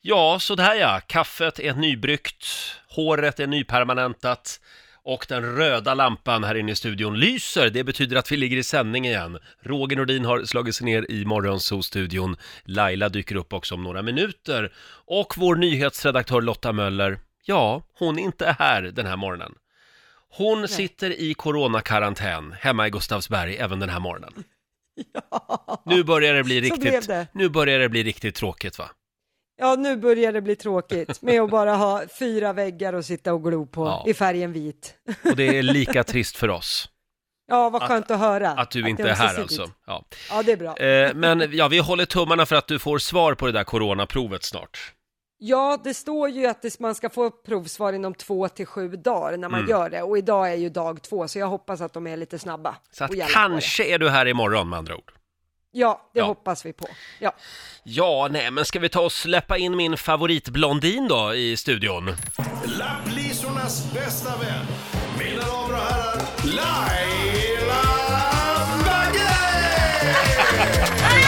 Ja, sådär ja. Kaffet är nybryggt, håret är nypermanentat och den röda lampan här inne i studion lyser. Det betyder att vi ligger i sändning igen. Roger Nordin har slagit sig ner i Morgonzoo-studion. Laila dyker upp också om några minuter. Och vår nyhetsredaktör Lotta Möller, ja, hon är inte här den här morgonen. Hon sitter i coronakarantän hemma i Gustavsberg även den här morgonen. Nu börjar det bli Så blev riktigt, det. nu börjar det bli riktigt tråkigt va? Ja, nu börjar det bli tråkigt med att bara ha fyra väggar och sitta och glo på Ja. i färgen vit. Och det är lika trist för oss Ja, vad skönt att, höra. att du det inte var är så här tidigt. alltså. Ja. Ja, det är bra. Eh, men ja, vi håller tummarna för att du får svar på det där coronaprovet snart. Ja, det står ju att det, man ska få provsvar inom två till sju dagar när man Mm. gör det och idag är ju dag två så jag hoppas att de är lite snabba. Så att och hjälper det. kanske är du här imorgon med andra ord. Ja, det Ja. hoppas vi på. Ja. Ja, nej, men ska vi ta och släppa in min favoritblondin då i studion? Lapplisornas bästa vän. Mina damer och herrar, Laila Bagge!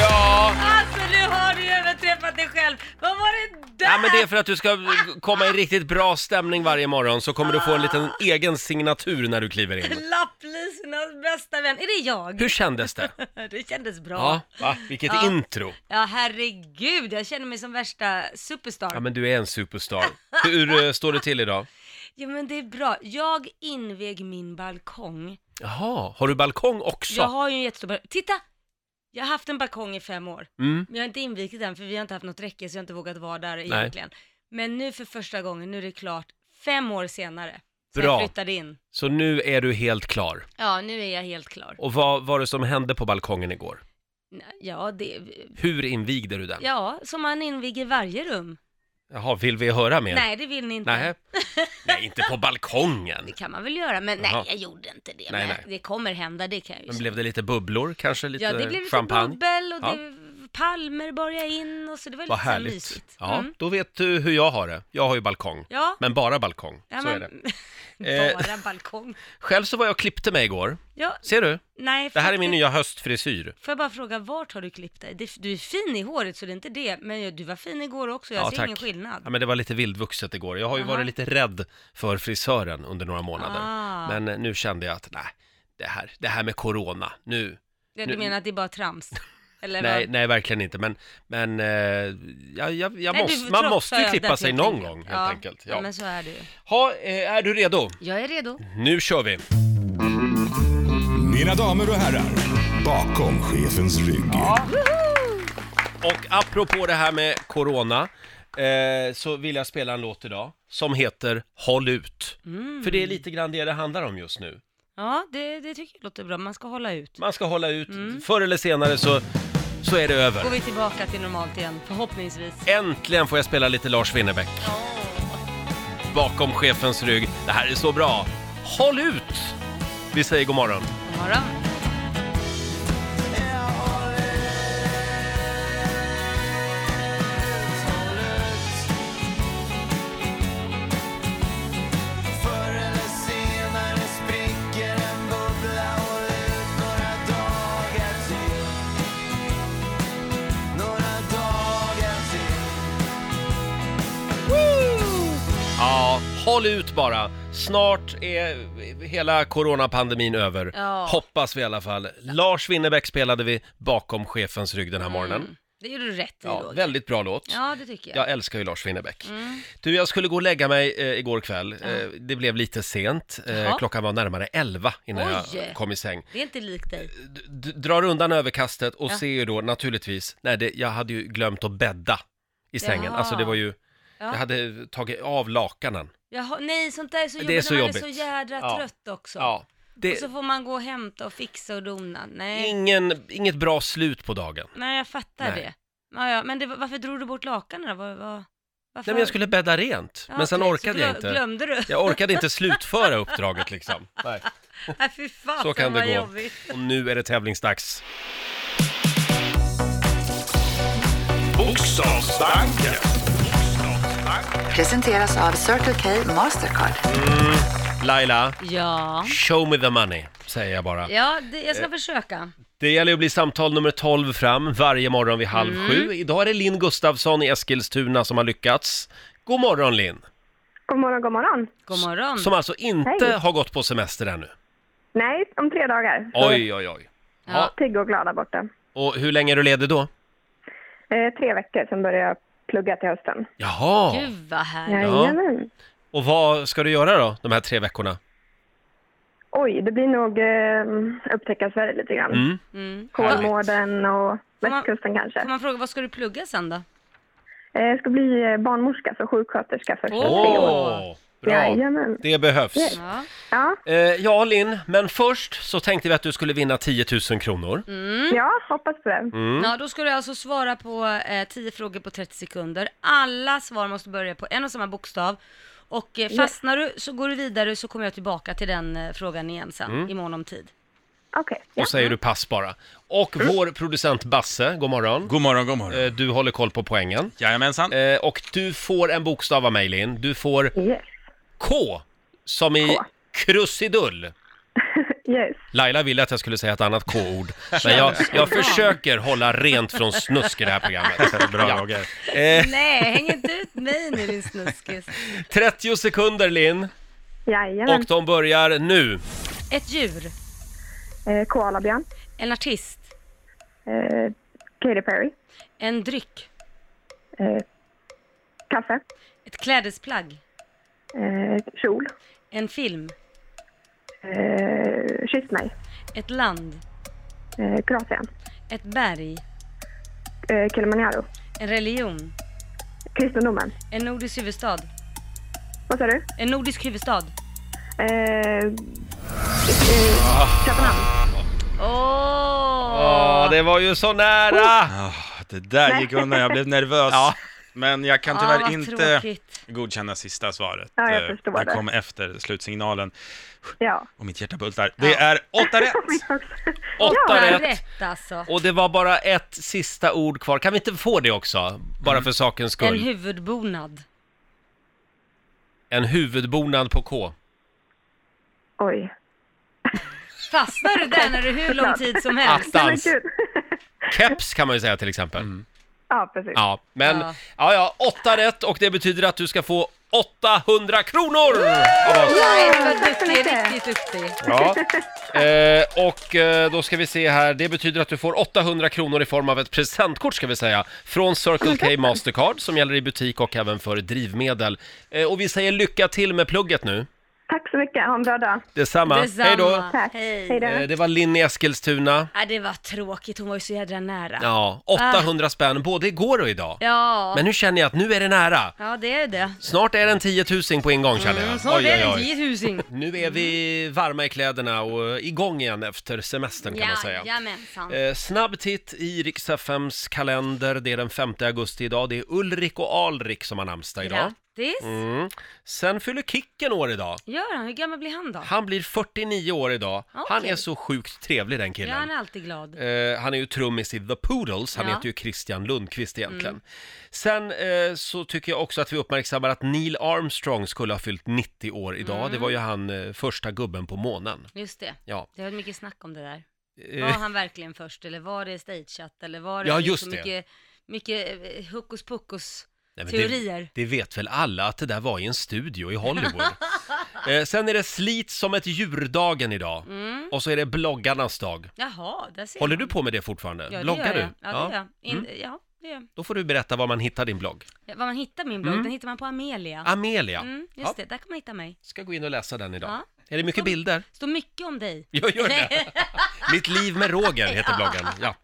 Ja! Alltså nu har du överträffat dig själv. Vad var det där? Ja, men det är för att du ska komma i riktigt bra stämning varje morgon så kommer du få en liten egen signatur när du kliver in. Lapplisornas bästa vän. Är det jag? Hur kändes det? Det kändes bra. Ja, Ja. va? Vilket Ja. intro! herregud. Jag känner mig som värsta superstar. Ja, men du är en superstar. Hur eh, står det till idag? Ja, men det är bra. Jag invig min balkong. Jaha, har du balkong också? Jag har ju en jättestor balkong. Titta! Jag har haft en balkong i fem år. Mm. Men jag har inte invigt den för vi har inte haft något räcke så jag har inte vågat vara där egentligen. Men nu för första gången, nu är det klart. Fem år senare. Så Bra. jag flyttade in. Så nu är du helt klar. Ja, nu är jag helt klar. Och vad var det som hände på balkongen igår? Nej, Ja, det, Hur invigde du den? Ja, som man inviger varje rum. Jaha, vill vi höra mer? Nej, det vill ni inte. Nej, nej inte på balkongen. Det kan man väl göra, men Jaha. nej, jag gjorde inte det. Nej, men nej. Det kommer hända, det kan jag ju Men säga. blev det lite bubblor, kanske lite Ja, det blev lite champagne? bubbel och Ja. det, palmer började in och så det var Vad lite så här härligt. mysigt. Ja, Mm. då vet du hur jag har det. Jag har ju balkong. Ja. Men bara balkong, Ja, så är det. men- Eh. Bara balkong. Själv så var jag och klippte mig igår. Ja, Ser du? nej, Det här är min faktiskt- nya höstfrisyr. Får jag bara fråga, vart har du klippt dig? Det- Du är fin i håret, så det är inte det. Men du var fin igår också, jag Ja, ser tack. ingen skillnad. Ja, men det var lite vildvuxet igår. Jag har ju Jaha. varit lite rädd för frisören under några månader. Ah. Men eh, nu kände jag att, nej, det här, det här med corona, nu, Ja, du nu- menar att det är bara trams? Eller Nej, vad? nej, verkligen inte. Men, men eh, jag, jag, jag Nej, måste, du man trotsar måste ju jag klippa den sig helt någon enkelt. gång helt ja. enkelt. Ja. ja, men så är det ju. Ha, eh, är du redo? Jag är redo. Nu kör vi! Mina damer och herrar, bakom chefens rygg. Och apropå det här med corona, eh, så vill jag spela en låt idag som heter Håll ut. Mm. För det är lite grann det det handlar om just nu. Ja, det, det tycker jag låter bra. Man ska hålla ut. Man ska hålla ut, förr eller senare så, så är det över. Mm. Går vi tillbaka till normalt igen, förhoppningsvis. Äntligen får jag spela lite Lars Winnerbäck. Bakom chefens rygg. Det här är så bra. Håll ut! Vi säger god morgon. God morgon. Ja, håll ut bara. Snart är hela coronapandemin över. Ja. Hoppas vi i alla fall. Lars Winnerbäck spelade vi bakom chefens rygg den här morgonen. Mm, Det gjorde du rätt i, Ja, Roger. väldigt bra låt. Ja, Mm. det tycker jag. Jag älskar ju Lars Winnerbäck. Du, jag skulle gå och lägga mig eh, igår kväll. Eh, det blev lite sent. Eh, Jaha. klockan var närmare elva innan Oj. jag kom i säng. Det är inte likt dig. d- d- drar undan överkastet och Ja. ser ju då naturligtvis, nej det, jag hade ju glömt att bädda i sängen. Jaha. Alltså det var ju, Ja. jag hade tagit av lakanen. Jaha, nej, sånt där är så Det är jobbigt. så när man är jobbigt. så jädra Ja. trött också. Ja, Och det, så får man gå och hämta och fixa och dona. Nej, ingen, inget bra slut på dagen. nej jag fattar Nej. det. Ja, ja, men det, var- varför drog du bort lakanen då? Var, var, varför? Nej men jag skulle bädda rent, Ja, men sen okej, så orkade jag glö- inte. Glömde du? Jag orkade inte slutföra uppdraget liksom. Nej. Nej, fy fasen Så kan vad det gå. jobbigt. Och nu är det tävlingsdags. Bokstavsbanken. Presenteras av Circle K Mastercard. Laila, Ja, show me the money, säger jag bara. Eh. ja det, jag ska försöka. Det gäller att bli samtal nummer 12 fram varje morgon vid halv Mm. sju. Idag är det Linn Gustafsson i Eskilstuna som har lyckats. God morgon Linn! God morgon, god morgon. God morgon. Som alltså inte Hej. har gått på semester ännu. Nej, om tre dagar. Oj, oj, oj. Ja. Ja. Pigg och glada borta. Och hur länge är du ledig då? Eh, tre veckor, sen börjar jag plugga till hösten. Jaha! Gud vad härligt. Jajamän. Och vad ska du göra då, de här tre veckorna? Oj, det blir nog eh, upptäcka Sverige lite grann. Mm. Mm. Kolmården och västkusten kanske. Får man fråga, vad ska du plugga sen då? Eh, jag ska bli eh, barnmorska, så sjuksköterska första Åh, tre år. Åh, bra! Jajamän. Det behövs. Ja. Ja, Eh, ja, Linn, men först så tänkte vi att du skulle vinna 10 000 kronor. Mm. Mm. ja, hoppas på det. Mm. ja, då ska du alltså svara på eh, 10 frågor på 30 sekunder. Alla svar måste börja på en och samma bokstav. Och eh, fastnar du så går du vidare så kommer jag tillbaka till den eh, frågan igen sen, i mån om tid. Okej. Ja. Mm. Och säger du pass bara. Och vår producent Basse, god morgon. God morgon, god morgon. Eh, Du håller koll på poängen. Jajamensan. Eh, Och du får en bokstav av mig, Linn. Du får Yes. K, som i krusidull. yes. Laila ville att jag skulle säga ett annat K-ord, men jag, jag försöker hålla rent från snusk i det här programmet. Bra, ja. Nej, häng inte ut mig nu din snuskis. 30 sekunder, Linn, Mm. Jajamän. och de börjar nu. Ett djur, Eh, Koalabjörn. en artist, Eh, Katy Perry. en dryck, Eh, kaffe. ett klädesplagg, Eh, kjol. en film, Eh, kyss mig. ett land, Eh, Kroatien. ett berg, Eh, Kilimanjaro. en religion, Kristendomen. en nordisk huvudstad, Vad sa du? en nordisk huvudstad. Eh, eh, Köpenhamn. Åh! Ja, det var ju så nära! Det där gick undan, jag blev nervös. Ja. Men jag kan Ja, tyvärr vad inte tråkigt. godkänna sista svaret. Ja, jag Eh, förstår det. det. kom efter slutsignalen. Ja. Och mitt hjärta bultar. Det är åtta rätt! Åtta Ja, rätt. rätt alltså. Och det var bara ett sista ord kvar. Kan vi inte få det också? Bara för sakens En skull. huvudbonad. En huvudbonad på K. Oj. Fastnar du där när det är hur lång tid som helst? Attans. Gud. Keps kan man ju säga till exempel. ja, precis. Ja, men ja. Mm. Ja. ja, åtta rätt och det betyder att du ska få 800 kronor! av oss. Nej, du var duktig, mycket. riktigt duktig. Ja. Eh, och eh, då ska vi se här, det betyder att du får 800 kronor i form av ett presentkort ska vi säga, från Circle K Mastercard som gäller i butik och även för drivmedel. Eh, och vi säger lycka till med plugget nu. Tack så mycket. Ha en bra dag. Detsamma. Detsamma. Hej då! Tack. Hej. Hej då. Eh, det var Linn i Eskilstuna. Ja, det var tråkigt, hon var ju så jädra nära. Ja, 800 spänn både igår och idag. Ah. Ja, Men nu känner jag att nu är det nära. ja det är det. Snart är den 10 000 på en gång känner jag. Mm, snart är det en tiotusing. Nu är vi varma i kläderna och igång igen efter semestern kan man säga. Jajamensan. Eh, snabb titt i riks FMs kalender. Det är den 5 augusti idag. Det är Ulrik och Alrik som har namnsdag idag. Grattis. Mm. Sen fyller Kicken år idag. Gör han? Hur gammal blir han då? Han blir 49 år idag. Han Okej. är så sjukt trevlig den Ja, han killen. är alltid glad. Eh, han är ju trummis i The Poodles, han Ja. Mm. heter ju Christian Lundqvist egentligen. Sen eh, så tycker jag också att vi uppmärksammar att Neil Armstrong skulle ha fyllt 90 år idag. Det var ju Mm. han eh, första gubben på månen. Just det. Ja. Det har varit mycket snack om det där. Eh, Var han verkligen först eller var det stageat eller var det liksom Ja, just det. mycket, mycket eh, hokus pokus nej, men teorier? Det, det vet väl alla att det där var i en studio i Hollywood. eh, sen är det slit som ett djurdagen idag. Mm. Och så är det bloggarnas dag. Jaha, där ser Håller man. du på med det fortfarande? Ja, det Bloggar gör du? Mm. jag. Ja, det gör jag. In, ja, det gör jag. Då får du berätta var man hittar din blogg. Vad man hittar min blogg, den hittar man på Amelia. Amelia, Mm, just Mm. Ah, ja, det, där kan man hitta mig. ska gå in och läsa den idag. Ja. Är det mycket bilder? Står mycket om dig. Jag gör det. Mitt liv med Roger heter bloggen. Ja.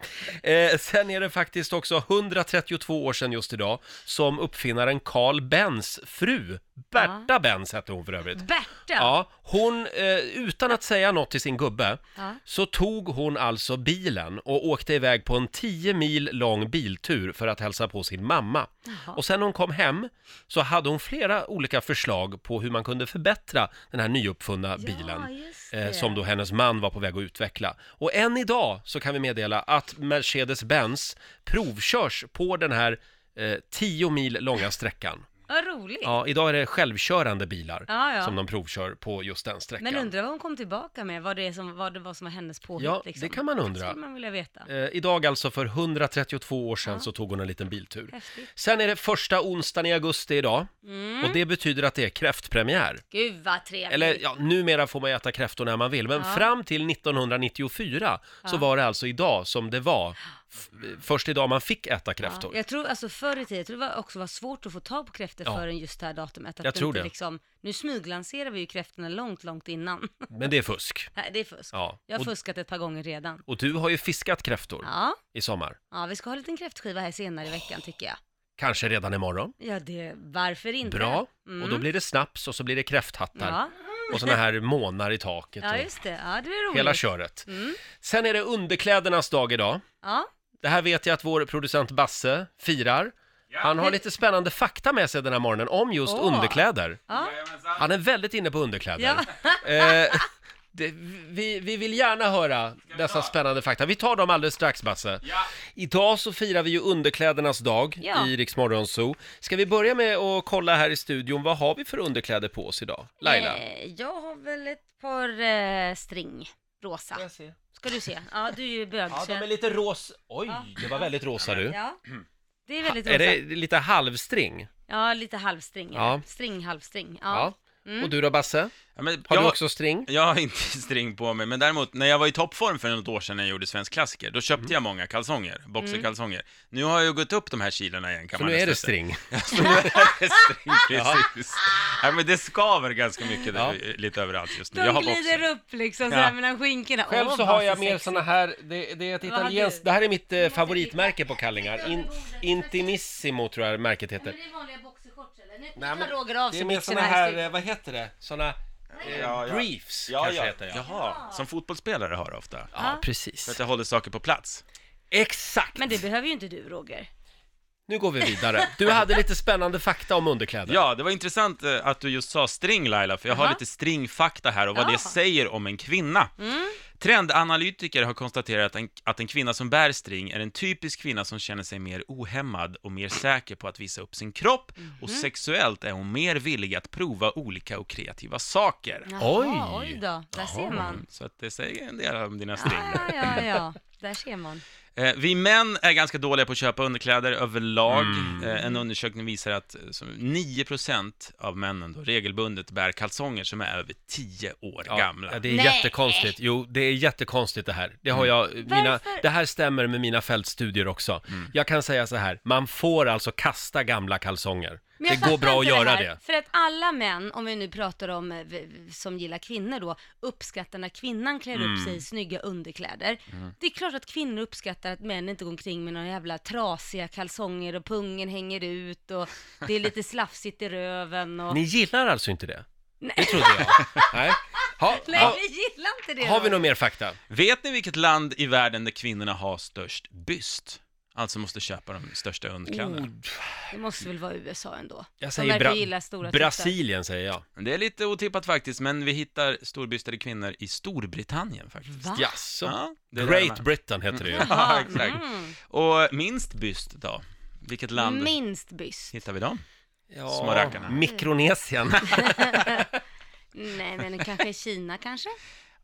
Eh, sen är det faktiskt också 132 år sedan just idag som uppfinnaren Carl Benz fru, Berta Benz hette hon för övrigt. Berta! Ja, hon, eh, utan att säga något till sin gubbe, Ja. så tog hon alltså bilen och åkte iväg på en 10 mil lång biltur för att hälsa på sin mamma. Och sen när hon kom hem så hade hon flera olika förslag på hur man kunde förbättra den här nyuppfunna bilen. just Eh, det. som då hennes man var på väg att utveckla. Och än idag så kan vi meddela att Mercedes-Benz provkörs på den här eh, 10 mil långa sträckan. Vad roligt. Ja, idag är det självkörande bilar Ja, ja. som de provkör på just den sträckan. Men undrar vad hon kom tillbaka med, vad det, är som, vad det var som var hennes påhitt Ja, liksom. det kan man Det undra. skulle man vilja veta. Eh, idag alltså för 132 år sedan så tog hon en liten biltur. Häftigt. Mm. Sen är det första onsdagen i augusti idag och det betyder att det är kräftpremiär. Gud vad trevligt. Eller ja, numera får man äta kräftor när man vill, men fram till 1994 så var det alltså idag som det var f- först idag man fick äta Ja, kräftor. jag tror alltså förr i tiden, jag tror det var också var svårt att få tag på kräftor Ja. förrän just det här datumet. Att Jag tror inte det. Liksom, nu smyglanserar vi ju kräftorna långt, långt innan. Men det är fusk. Nej, det är fusk. Ja, Jag har och- fuskat ett par gånger redan. Och du har ju fiskat kräftor Ja, i sommar. ja, vi ska ha en liten kräftskiva här senare i veckan tycker jag. Kanske redan imorgon. Ja, det, varför inte? Bra. Mm. Och då blir det snaps och så blir det kräfthattar. Ja, Och såna här månar i taket. ja och- just det. Ja, det blir roligt. Hela köret. Mm. Sen är det underklädernas dag idag. Ja, Det här vet jag att vår producent Basse firar. Han har lite spännande fakta med sig den här morgonen om just Åh. underkläder. ja. Han är väldigt inne på underkläder. Ja. Eh, det, vi, vi vill gärna höra dessa spännande fakta. Vi tar dem alldeles strax, Basse. Idag så firar vi ju underklädernas dag Ja. i Rix Morgon Zoo. Ska vi börja med att kolla här i studion, vad har vi för underkläder på oss idag? Laila? Eh, jag har väl ett par eh, string, rosa. Ska du se? Ja, du är ju bög. Ja, så de jag- är lite rosa. Oj, det var väldigt rosa du. ja. Det är väldigt rosa. Mm. Är det lite halvstring? Ja, lite halvstring. Ja. Ja. String, halvstring. Ja. Ja. Och du då, Basse? Ja, men Har jag, du också string? jag har inte string på mig, men däremot när jag var i toppform för något år sedan när jag gjorde Svensk Klassiker, då Mm. köpte jag många kalsonger, boxerkalsonger. Nu har jag ju gått upp de här kilorna igen kan Så man nu är det nästan säga. string. Så nu är det string, precis. Nej, men det skaver ganska mycket Ja. eh, lite överallt just nu. De Jag har glider boxer. upp liksom Ja. sådär mellan skinkorna. Själv Åh, så vad har jag mer sexigt. såna här, det, det är ett Vad har italienskt, du? det här är mitt eh, favoritmärke på kallingar. In, intimissimo tror jag märket Men heter. det är vanliga boxershorts eller? Nu Nej, men tar Roger av Det är sig mer såna byxorna här, i eh, vad heter det? Såna eh, Ja, ja. briefs Ja, kanske ja. heter jag. Jaha, som fotbollsspelare har ofta. Ja, För att precis. jag håller saker på plats. Exakt! Men det behöver ju inte du Roger. Nu går vi vidare. Du hade lite spännande fakta om underkläder. Ja, det var intressant eh, att du just sa string Laila, för jag har Jaha. lite stringfakta här och vad Ja. det säger om en kvinna. Trendanalytiker har konstaterat att en, att en kvinna som bär string är en typisk kvinna som känner sig mer ohämmad och mer säker på att visa upp sin kropp och sexuellt är hon mer villig att prova olika och kreativa saker. Mm, Oj. oj då. Där ser man. Så att det säger en del om dina string. Ja, ja, ja. Där ser man. Eh, vi män är ganska dåliga på att köpa underkläder överlag. Mm. Eh, en undersökning visar att eh, som 9% av männen då regelbundet bär kalsonger som är över 10 år gamla. Ja, det är jättekonstigt. Jo, det är jättekonstigt det här. Det har Mm. jag, mina, Varför? det här stämmer med mina fältstudier också. Mm. Jag kan säga så här, man får alltså kasta gamla kalsonger. Men jag Det går fattar bra att inte göra här, det. För att alla män, om vi nu pratar om eh, v- v- som gillar kvinnor då, uppskattar när kvinnan klär upp Mm. sig i snygga underkläder. Det är klart att kvinnor uppskattar att män inte går omkring med några jävla trasiga kalsonger och pungen hänger ut och det är lite slafsigt i röven och... Ni gillar alltså inte det? Det trodde jag. Nej. Ha, Nej, ha, vi gillar inte det. har vi Roger. någon mer fakta? Vet ni vilket land i världen där kvinnorna har störst byst? Alltså måste köpa de största underkläderna. Det måste väl vara USA ändå? Jag De säger verkar Bra- gilla stora tittar. Ah. Brasilien, säger jag. Det är lite otippat faktiskt, men vi hittar storbystade kvinnor i Storbritannien faktiskt. Va? Jaså? Ja, det är där de Great är. Britain heter det ju. Ja, exakt. Och minst byst då? Vilket land mm. Minst byst. hittar vi dem? Små Ja, rackarna. Mikronesien. Nej, men kanske Kina kanske?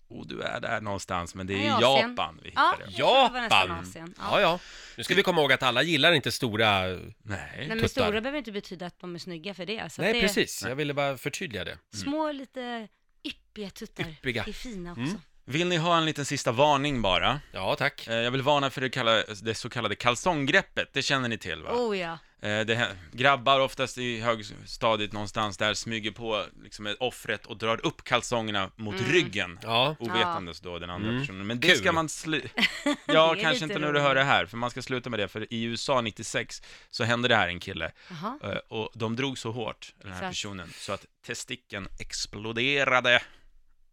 Och Oh, du är där någonstans, men det är i Asien. Japan vi hittar det. jag tror det var nästan Japan. Asien. Ja. Ja, ja. Nu ska vi komma ihåg att alla gillar inte stora... Nej. Nej men tuttar. stora behöver inte betyda att de är snygga för det. Så att Nej, det precis. Jag ville bara förtydliga det. är små lite yppiga tuttar Yppiga. är fina också. Vill ni ha en liten sista varning bara? Ja, tack. Eh, Jag vill varna för det, kalla, det så kallade kalsonggreppet, det känner ni till va? Oh ja. Eh, Det, här- grabbar oftast i högstadiet någonstans där smyger på liksom ett offret och drar upp kalsongerna mot Mm. ryggen. Ja. Mm. Ovetandes då den andra personen. Men det Kul. ska man sluta... Ja, Det är kanske lite inte när du roligt. hör det här, för man ska sluta med det, för i USA 96 så hände det här en kille. Jaha. Eh, Och de drog så hårt, den här Så att- personen, så att testikeln exploderade.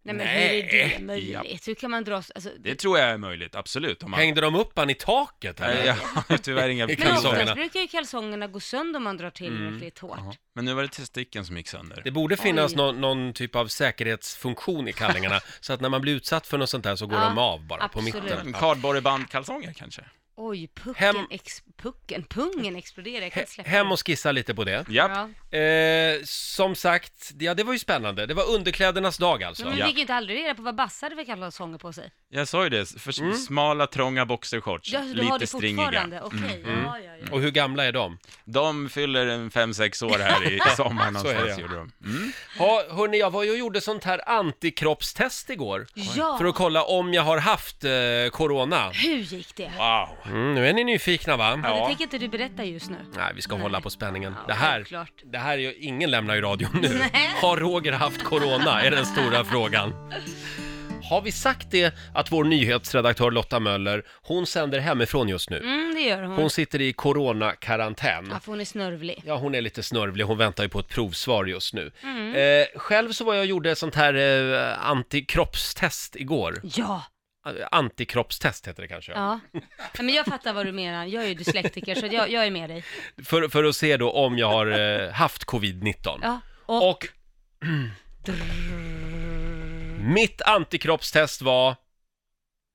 Nej men Nej. hur är det möjligt? Hur kan man dra så- alltså, Det tror jag är möjligt, absolut. Om man... Hängde de upp han i taket? Eller? Nej, jag har tyvärr inga Men Men kalsongerna. oftast brukar ju kalsongerna gå sönder om man drar till tillräckligt hårt. Ja, Men nu var det testikeln som gick sönder. Det borde finnas Oj. någon, någon typ av säkerhetsfunktion i kallingarna så att när man blir utsatt för något sånt här så går Ja, de av bara absolut. på mitten. Kardborrebandkalsonger kanske? Oj, pucken, Hem- ex- pucken, pungen exploderar. Jag kan inte släppa Hem den. och skissa lite på det. Japp. Ja. Eh, som sagt, ja det var ju spännande. Det var underklädernas dag alltså. Men vi Ja. fick ju inte aldrig reda på vad Bassa hade för kalsonger på sig. Jag sa ju det, för Mm. smala, trånga boxershorts, Ja, du har lite det stringiga. fortfarande? Okej, ja, ja, ja. Och hur gamla är de? De fyller en fem sex år här i sommar någonstans, det. gjorde de. Mm. Ja, hörni, jag var ju och gjorde sånt här antikroppstest igår. Ja. För att kolla om jag har haft eh, corona. Hur gick det? Wow! Mm, nu är ni nyfikna va? Ja. Det Ja. tänker inte du berätta just nu. Nej, vi ska hålla på spänningen. Ja, det, här, självklart. det här är ju, ingen lämnar ju radion nu. Har Roger haft corona? Är den stora frågan. Har vi sagt det att vår nyhetsredaktör Lotta Möller, hon sänder hemifrån just nu. Mm, det gör hon. Hon sitter i coronakarantän. Ja, för hon är snörvlig. Ja, hon är lite snörvlig. Hon väntar ju på ett provsvar just nu. Mm. Eh, själv så var jag och gjorde ett sånt här eh, antikroppstest igår. Ja, Eh, Antikroppstest heter det kanske. ja. Men jag fattar vad du menar. Jag är ju dyslektiker, så jag, jag är med dig. För, för att se då om jag har eh, haft covid-19. Ja. Och... Och, Mitt antikroppstest var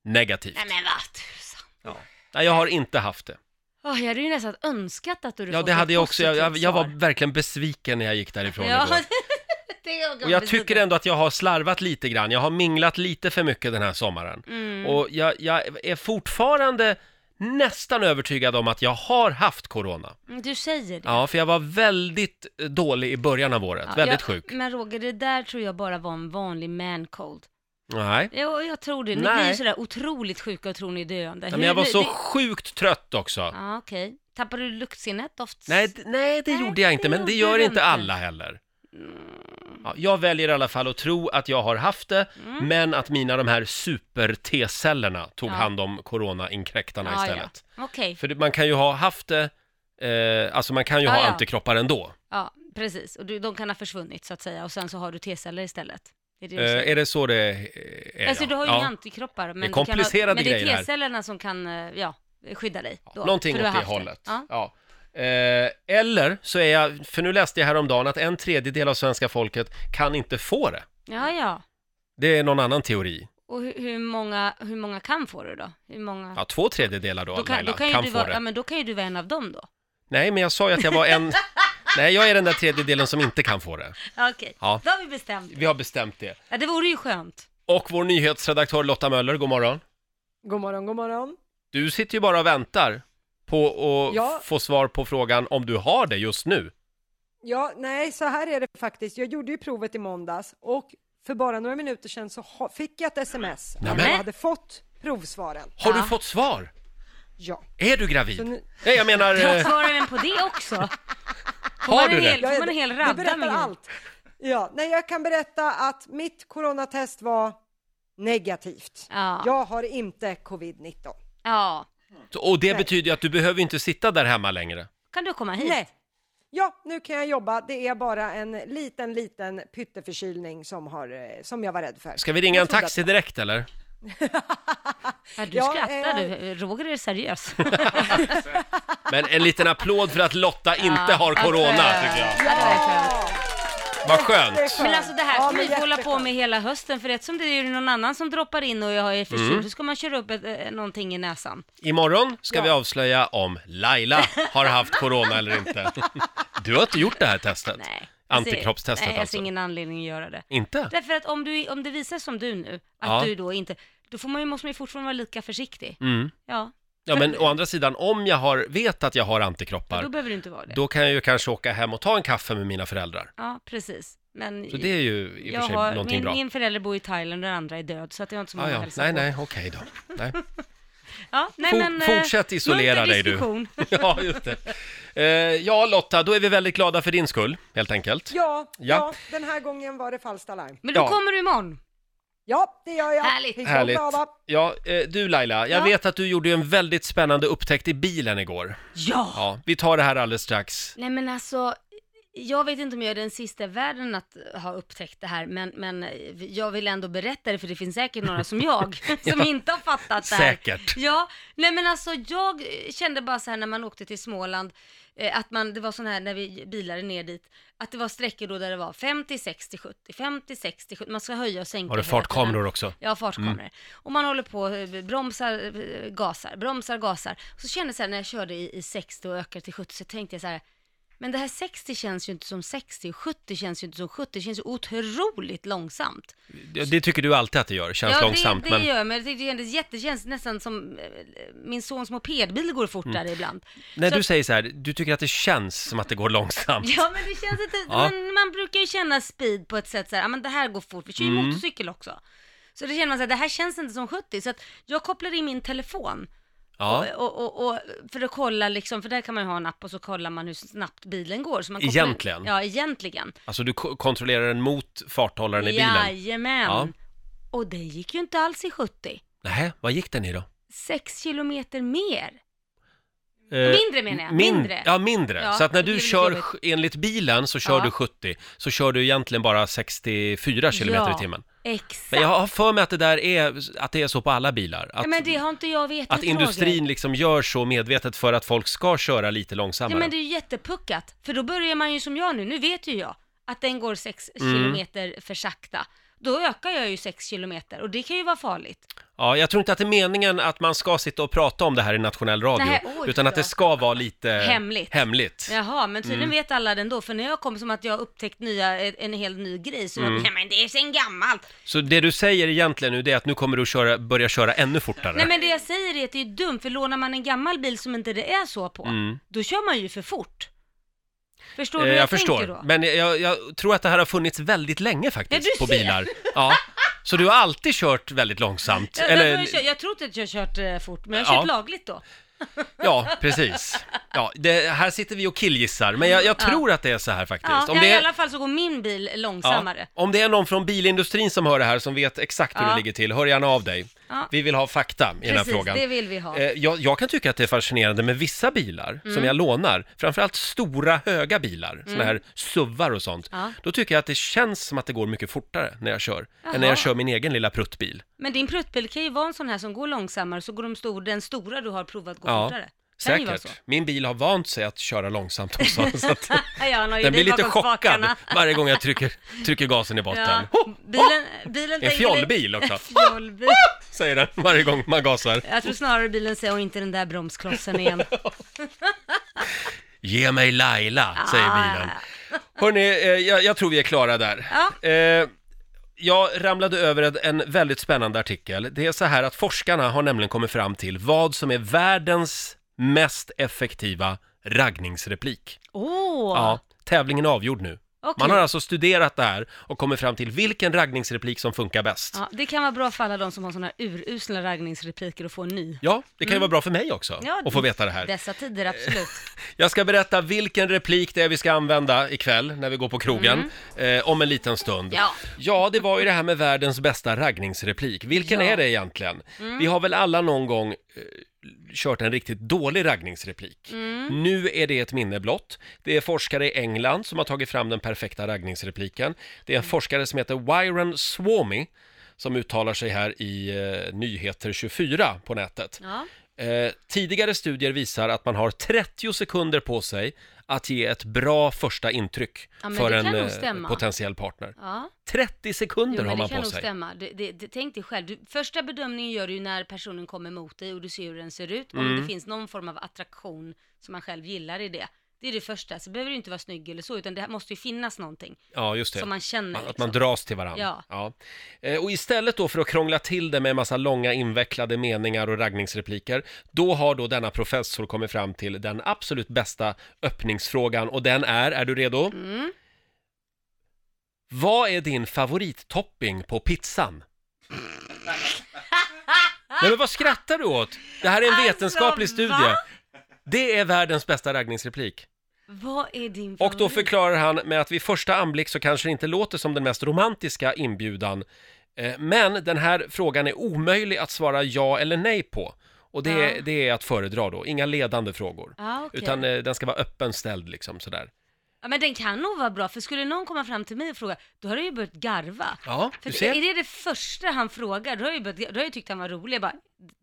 negativt. Nej men vad tusan. Nej, jag har inte haft det. Åh, jag hade ju nästan önskat att du hade Ja, fått det ett hade jag också. Jag, jag, positivt jag var svar. verkligen besviken när jag gick därifrån igår. Ja, det är Och jag tycker ändå att jag har slarvat lite grann. Jag har minglat lite för mycket den här sommaren. Mm. Och jag, jag är fortfarande nästan övertygad om att jag har haft corona. Mm, Du säger det. Ja, för jag var väldigt eh, dålig i början av året. Ja, väldigt jag, sjuk. Men Roger, det där tror jag bara var en vanlig man cold. Nej. Jag, jag tror det. Ni Nej. blir ju sådär otroligt sjuka och tror ni är döende. Men jag Hur- var så det- sjukt trött också. Ja, okej. Tappade du luktsinnet, doft? Nej, d- nej, det Nej, gjorde jag det inte, men det gjorde gör du inte inte. Mm. alla heller. Ja, jag väljer i alla fall att tro att jag har haft det, men att mina de här super-T-cellerna tog Mm. Ja. hand om corona-inkräktarna Ja, istället. Ja. Okej, För det- man kan ju ha haft det, eh, alltså man kan ju Ja, ha ja. antikroppar ändå. ja, precis. Och du, de kan ha försvunnit så att säga och sen så har du T-celler istället. Det är det du Eh, säger. är det så det eh, är? alltså ja? du har ju Ja. inga antikroppar, men, komplicerade du kan ha, men grejer det är här. T-cellerna som kan, eh, ja, skydda dig. Då, Någonting för åt du det har haft hållet. Ja. Ja. Eh, eller så är jag, för nu läste jag häromdagen att en tredjedel av svenska folket kan inte få det. ja, ja. Det är någon annan teori. Och hur, hur, många, hur många kan få det då? Hur många? Ja, två tredjedelar då, då, kan, Laila, då, kan kan, ju du få vara, det. ja, men då kan ju du vara en av dem då. Nej, men jag sa ju att jag var en... Nej, jag är den där tredjedelen som inte kan få det. Okej, Ja. då har vi bestämt. Vi har bestämt det. Ja, det vore ju skönt. Och vår nyhetsredaktör Lotta Möller, god morgon. God morgon, god morgon. Du sitter ju bara och väntar på att Ja. få svar på frågan om du har det just nu. Ja, nej, så här är det faktiskt. Jag gjorde ju provet i måndags och för bara några minuter sedan så ha- fick jag ett sms att Nämen. jag hade fått provsvaren. Har du Ja. fått svar? Ja. Är du gravid? Så nu- Nej, jag menar, eh, Svarar den på det också? har man du en det? hel- Jag får man en hel du radda berättar med grejer. allt. Ja, nej, jag kan berätta att mitt coronatest var negativt. Ja. Jag har inte covid-19. Ja. Och det betyder ju att du behöver inte sitta där hemma längre. Kan du komma hit? Nej. Ja, nu kan jag jobba. Det är bara en liten, liten pytteförkylning som, har, eh, som jag var rädd för. Ska vi ringa Jag en trodde taxi att- direkt eller? Ja, du Ja, skrattar eh, du. Roger är seriös. Men en liten applåd för att Lotta inte har corona, tycker jag. Ja, det var skönt. Vad skönt. Det är skönt. Men alltså det här Ja, ska men vi hålla på jätteskönt. med hela hösten, för rätt som det är ju någon annan som droppar in och jag är förkyld, Mm. så ska man köra upp ett, eh, någonting i näsan. Imorgon ska Ja. vi avslöja om Laila har haft corona eller inte. Du har inte gjort det här testet? Nej. Jag ser- Antikroppstestet Nej, jag alltså? ser ingen anledning att göra det. Inte? Därför att om, du, om det visar som du nu, att Ja. du då inte, då får man ju, måste man ju fortfarande vara lika försiktig. Mm. Ja, Ja, men å andra sidan, om jag har, vet att jag har då antikroppar, behöver du inte vara det. då kan jag ju kanske åka hem och ta en kaffe med mina föräldrar. Ja, precis. Men Så det är ju i och jag för sig har, någonting min, bra. min förälder bor i Thailand och den andra är död, så att jag har inte så många Ah, ah, ja. Nej, nej, okej då. Nej. Ja, nej, For- men, eh, fortsätt isolera munter dig du. diskussion. ja, just det. Eh, ja, Lotta, då är vi väldigt glada för din skull, helt enkelt. Ja, Ja. ja. den här gången var det falskt alarm. Men då Ja. kommer du imorgon. Ja, det gör jag. Härligt. Pigga och Härligt. glada. Ja, eh, du Laila, jag Ja. vet att du gjorde ju en väldigt spännande upptäckt i bilen igår. Ja! Ja, vi tar det här alldeles strax. Nej men alltså, Jag vet inte om jag är den sista i världen att ha upptäckt det här, men, men jag vill ändå berätta det, för det finns säkert några som jag, som inte har fattat det här. Säkert. Ja, nej men alltså jag kände bara så här när man åkte till Småland, eh, att man, det var sån här när vi bilade ner dit, att det var sträckor då där det var 50, 60, 70, 50, 60, 70, man ska höja och sänka. Har du hela tiden. fartkameror också? Ja, Mm. fartkameror. Och man håller på, eh, bromsar, eh, gasar, bromsar, gasar. Så kände jag så här när jag körde i, i 60 och ökade till 70 så tänkte jag så här, men det här 60 känns ju inte som 60 och 70 känns ju inte som 70, det känns ju otroligt långsamt. Det, det tycker du alltid att det gör, känns ja, långsamt. det, det men... gör jag, men jag tyckte det kändes jätte, det känns nästan som eh, min sons mopedbil går fortare Mm. ibland. När Så du att- säger så här, du tycker att det känns som att det går långsamt. Ja men det känns inte, Ja. man, man brukar ju känna speed på ett sätt så här, ja men det här går fort, vi kör ju Mm. motorcykel också. Så det känner man så här, det här känns inte som 70, så att jag kopplar in min telefon Ja. och, och, och, för att kolla liksom, för där kan man ju ha en app och så kollar man hur snabbt bilen går. Så man kopplar- Egentligen? Ja, egentligen. Alltså du ko- kontrollerar den mot farthållaren i bilen. Jajamän. Ja. Och det gick ju inte alls i 70. Nej, vad gick den i då? Sex kilometer mer. Eh, Mindre menar jag, min- mindre. Ja, mindre. Ja, så att när du det är kör jobbigt. sj- enligt bilen så kör Ja. du 70, så kör du egentligen bara 64 kilometer ja, i timmen. Exakt. Men jag har för mig att det där är, att det är så på alla bilar. Att, ja, men det har inte jag vetat att Roger. industrin liksom gör så medvetet för att folk ska köra lite långsammare. Ja men det är ju jättepuckat, för då börjar man ju som jag nu, nu vet ju jag att den går 6 Mm. kilometer för sakta. Då ökar jag ju 6 kilometer och det kan ju vara farligt. Ja, jag tror inte att det är meningen att man ska sitta och prata om det här i nationell radio, Nej, oj utan att då. det ska vara lite Hemligt. hemligt. Jaha, men tydligen Mm. vet alla den då, för när jag kom som att jag har upptäckt nya, en hel ny grej, så Mm. jag, nej men det är sen gammalt. Så det du säger egentligen nu det är att nu kommer du att köra, börja köra ännu fortare. Nej men det jag säger är att det är dumt, för lånar man en gammal bil som inte det är så på, då kör man ju för fort. Förstår du Mm. Eh, hur jag, jag, förstår, tänker då? men jag, jag tror att det här har funnits väldigt länge faktiskt Ja, du på ser. bilar. Ja. Så du har alltid kört väldigt långsamt? Jag, Eller- Eller... jag, kör, jag tror inte att jag har kört eh, fort, men jag har Ja. kört lagligt då. Ja, precis. Ja, det, här sitter vi och killgissar, men jag, jag tror att det är så här faktiskt. Ja, det i är- alla fall så går min bil Ja, långsammare. Om det är någon från bilindustrin som hör det här som vet exakt hur Ja. det ligger till, hör gärna av dig. Ja. Vi vill ha fakta i den här Precis, frågan. det vill vi ha. Mm. Eh, Jag, jag kan tycka att det är fascinerande med vissa bilar som jag lånar, framförallt stora höga bilar, såna här SUVar och sånt. Ja. Då tycker jag att det känns som att det går mycket fortare när jag kör, än när Jaha. jag kör min egen lilla pruttbil. Men din pruttbil kan ju vara en sån här som går långsammare, så går de stor, den stora du har provat går fortare. Kan ju vara säkert. så. Min bil har vant sig att köra långsamt också, så att Ja, han har ju den blir dig lite bakom chockad spakarna. varje gång jag trycker, trycker gasen i botten. Ja. Ho, Bilen, bilen En tänker- fjollbil också. fjollbil. säger den varje gång man gasar. Jag tror snarare bilen säger, och inte den där bromsklossen igen. Ge mig Laila, Ah. säger bilen. Hörni, jag, jag tror vi är klara där. Ja. Eh, jag ramlade över en, en väldigt spännande artikel. Det är så här att forskarna har nämligen kommit fram till vad som är världens mest effektiva raggningsreplik. Åh! Ja, tävlingen är avgjord nu. Okej. Man har alltså studerat det här och kommit fram till vilken raggningsreplik som funkar bäst. Ja, Ja, det kan vara bra för alla de som har såna här urusla raggningsrepliker att få en ny. det kan ju vara bra för mig också Mm. Ja, att få veta det här. Dessa tider, absolut. Jag ska berätta vilken replik det är vi ska använda ikväll när vi går på krogen eh, om en liten stund. Mm. Ja. Ja, det var ju det här med världens bästa raggningsreplik. Vilken Ja. Mm. är det egentligen? Vi har väl alla någon gång eh, kört en riktigt dålig raggningsreplik. Mm. Nu är det ett minne blott. Det är forskare i England som har tagit fram den perfekta raggningsrepliken. Det är Mm. en forskare som heter Wyron Swamy som uttalar sig här i eh, Nyheter 24 på nätet. Ja. Eh, tidigare studier visar att man har 30 sekunder på sig att ge ett bra första intryck Ja, men för det kan en nog eh, stämma. potentiell partner. Ja. 30 sekunder Jo, har men det man kan på nog sig. stämma. Du, det, det, tänk dig själv, du, första bedömningen gör du ju när personen kommer mot dig och du ser hur den ser ut, Mm. om det finns någon form av attraktion som man själv gillar i det. Det är det första, så behöver du inte vara snygg eller så, utan det måste ju finnas någonting Ja, just det. som man känner. Att Liksom. man dras till varandra. Ja. Eh, Och istället då för att krångla till det med en massa långa invecklade meningar och raggningsrepliker, då har då denna professor kommit fram till den absolut bästa öppningsfrågan och den är, är du redo? Mm. Vad är din favorittopping på pizzan? Nej men vad skrattar du åt? Det här är en Alltså, vetenskaplig studie. va? Det är världens bästa raggningsreplik. Vad är din Och då favorit? förklarar han med att vid första anblick så kanske det inte låter som den mest romantiska inbjudan. Eh, Men den här frågan är omöjlig att svara ja eller nej på. Och det, är, Ja. det är att föredra då, inga ledande frågor. Ja, Ah. okej. Utan eh, den ska vara öppen ställd liksom sådär. Ja, men den kan nog vara bra, för skulle någon komma fram till mig och fråga, då har jag ju börjat garva. Ja, För du det, är ser. det det första han frågar, då har jag ju, börjat, då har jag ju tyckt han var rolig. Jag bara,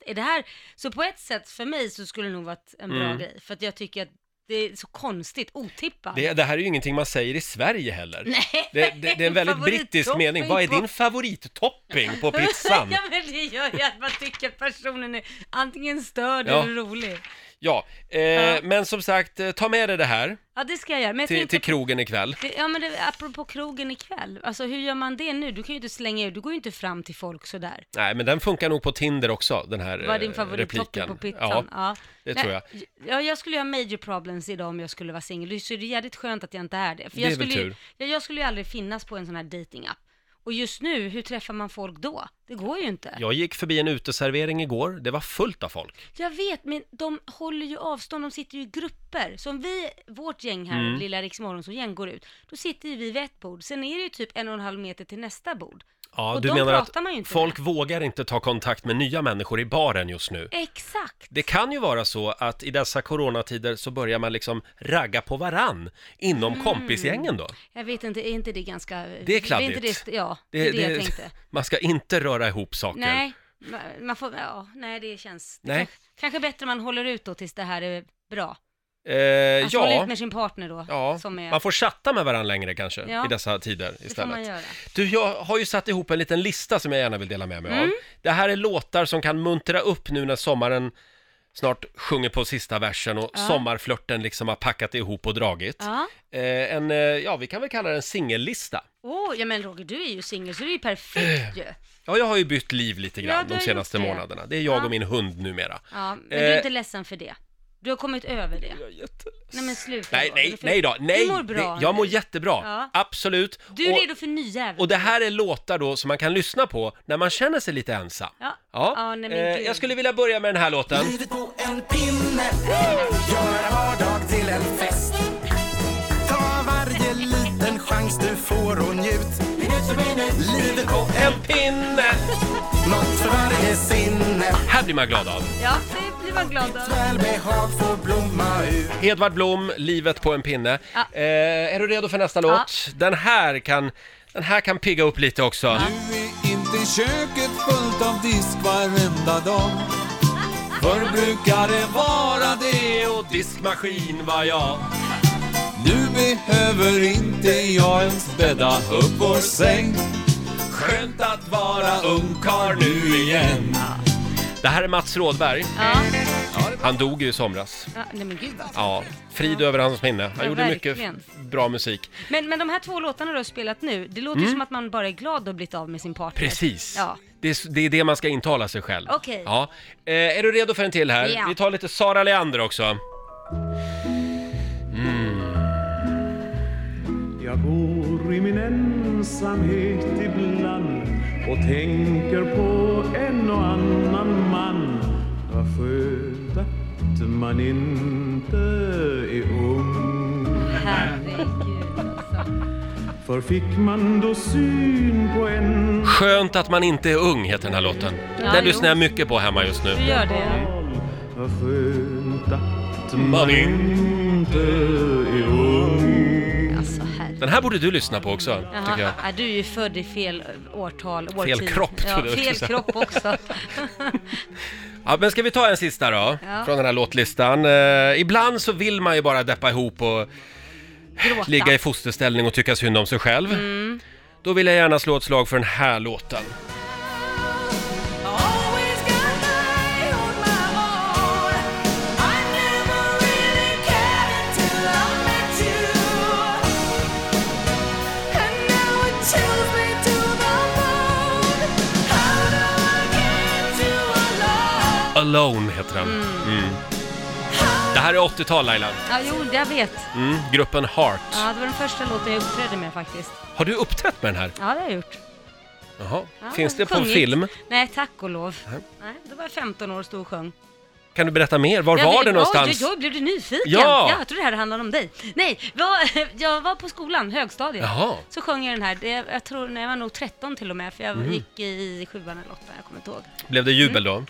är det här... Så på ett sätt för mig så skulle det nog varit en bra Mm. grej, för att jag tycker att det är så konstigt, otippat. Det, det här är ju ingenting man säger i Sverige heller. Ah. Nej. Det, det, det är en väldigt brittisk Favorittopping mening. Vad är på- din favorittopping på pizzan? ja men det gör ju att man tycker att personen är antingen störd Ja. eller rolig. Ja, eh, men som sagt, eh, ta med dig det här Ja det ska jag göra, men jag till, tänkte till krogen ikväll. Det, ja men det, apropå krogen ikväll, alltså hur gör man det nu? Du kan ju inte slänga ut, du går ju inte fram till folk sådär. Nej, men den funkar nog på Tinder också, den här Vad är din eh, favorittopping repliken. på pizzan? Ja, det tror jag. Ja, jag skulle ju ha major problems idag om jag skulle vara singel, så det är jävligt skönt att jag inte är det. För Det jag är väl skulle ju, tur. jag, jag skulle ju aldrig finnas på en sån här datingapp. Och just nu, hur träffar man folk då? Det går ju inte. Jag gick förbi en uteservering igår, det var fullt av folk. Jag vet, men de håller ju avstånd, de sitter ju i grupper. Så om vi, vårt gäng här, Mm. lilla Riks som gäng går ut, då sitter ju vi vid ett bord. Sen är det ju typ en och en halv meter till nästa bord. Ja, Och du de menar pratar man ju att inte folk vågar inte ta kontakt med nya människor i baren just nu? Exakt! Det kan ju vara så att i dessa coronatider så börjar man liksom ragga på varann inom Mm. kompisgängen då. Jag vet inte, är inte det ganska... Det är kladdigt. inte det, ja, det, är det, jag tänkte. Man ska inte röra ihop saker. Nej, ma- man får, ja, nej det känns... Nej. Kanske, kanske bättre man håller ut då tills det här är bra. Eh, Att hålla ja, ut med sin partner då, ja. som är... man får chatta med varandra längre kanske Ja. i dessa tider det får man istället. göra. Du, jag har ju satt ihop en liten lista som jag gärna vill dela med mig Mm. av. Det här är låtar som kan muntra upp nu när sommaren snart sjunger på sista versen och sommarflörten liksom har packat ihop och dragit. Ja. Eh, en, eh, ja, vi kan väl kalla det en singellista. Åh, ja men Roger, du är ju singel så det är ju perfekt ju. Ja, jag har ju bytt liv lite Ja, grann du de har senaste gjort det. månaderna. Det är jag Ja. och min hund numera. Ja, men du Eh. är inte ledsen för det. Du har kommit över det. Jag är jätte- Nej men sluta. Nej, Roger, nej, för- nej då, nej! Du mår bra. Det- Jag mår nu. jättebra, Ja. absolut. Du är och, redo för nya äventyr. och det här är låtar då som man kan lyssna på när man känner sig lite ensam. Ja. Ja, Ja, nej, men eh, gud. jag skulle vilja börja med den här låten. Livet på en pinne Göra vardag till en fest Ta varje liten chans du får och njut Minut för minut Livet på en En pinne! Något för varje sinne Här blir man glad av. Ja, det blir man glad av. Välbehag får blomma ut Edvard Blom, Livet på en pinne. Ja. Eh, är du redo för nästa låt? Den här kan, den här kan pigga upp lite också. Nu är inte köket fullt av disk varenda dag. Förr brukar det vara det och Diskmaskin var jag. nu behöver inte jag ens bädda upp vår säng. Skönt att vara ungkarl nu igen. Det här är Mats Rådberg. Ja. Han dog ju i somras. ja. Nej men gud vad Ja, frid över hans minne. Han Ja, gjorde verkligen. mycket f- bra musik. Men, men de här två låtarna du har spelat nu, det låter ju som att man bara är glad att ha blivit av med sin partner. Mm. Precis. Ja. Det, är, s- det är det man ska intala sig själv. Okej. Ja. Eh, är du redo för en till här? Ja. Vi tar lite Sara Leander också. Jag går i min ensamhet ibland och tänker på en och annan man. Vad skönt att man inte är ung. Herregud alltså. För fick man då syn på en Skönt att man inte är ung heter den här låten. Ja, den jo. lyssnar jag mycket på hemma just nu. Du gör det. karl, vad skönt att Man man inte är ung. Alltså herregud. Den här borde du lyssna på också, tycker jag. Ja, du är ju född i fel eh, årtal, årtid. kropp, ja, trodde jag Fel skulle kropp också. Ja, men ska vi ta en sista då? Ja. Från den här låtlistan. Eh, ibland så vill man ju bara deppa ihop och Gråta. ligga i fosterställning och tycka synd om sig själv. Mm. Då vill jag gärna slå ett slag för den här låten. Alone heter den. Mm. Det här är 80-tal Laila. Ja, jo, jag vet. Mm, gruppen Heart. Ja, det var den första låten jag uppträdde med faktiskt. Har du uppträtt med den här? Ja, det har jag gjort. Jaha. Ja, Finns det på sjungit. film? Nej, tack och lov. Nej, då var jag 15 år och stod och sjöng. Kan du berätta mer? Var var det någonstans? Oj, oj, oj, blev du nyfiken? Ja! Jag tror det här handlar om dig. Nej, var, jag var på skolan, högstadiet. Jaha. Så sjöng jag den här, det, jag tror när jag var nog 13 till och med, för jag Mm. gick i sjuan eller åttan, jag kommer inte ihåg. Blev det jubel då?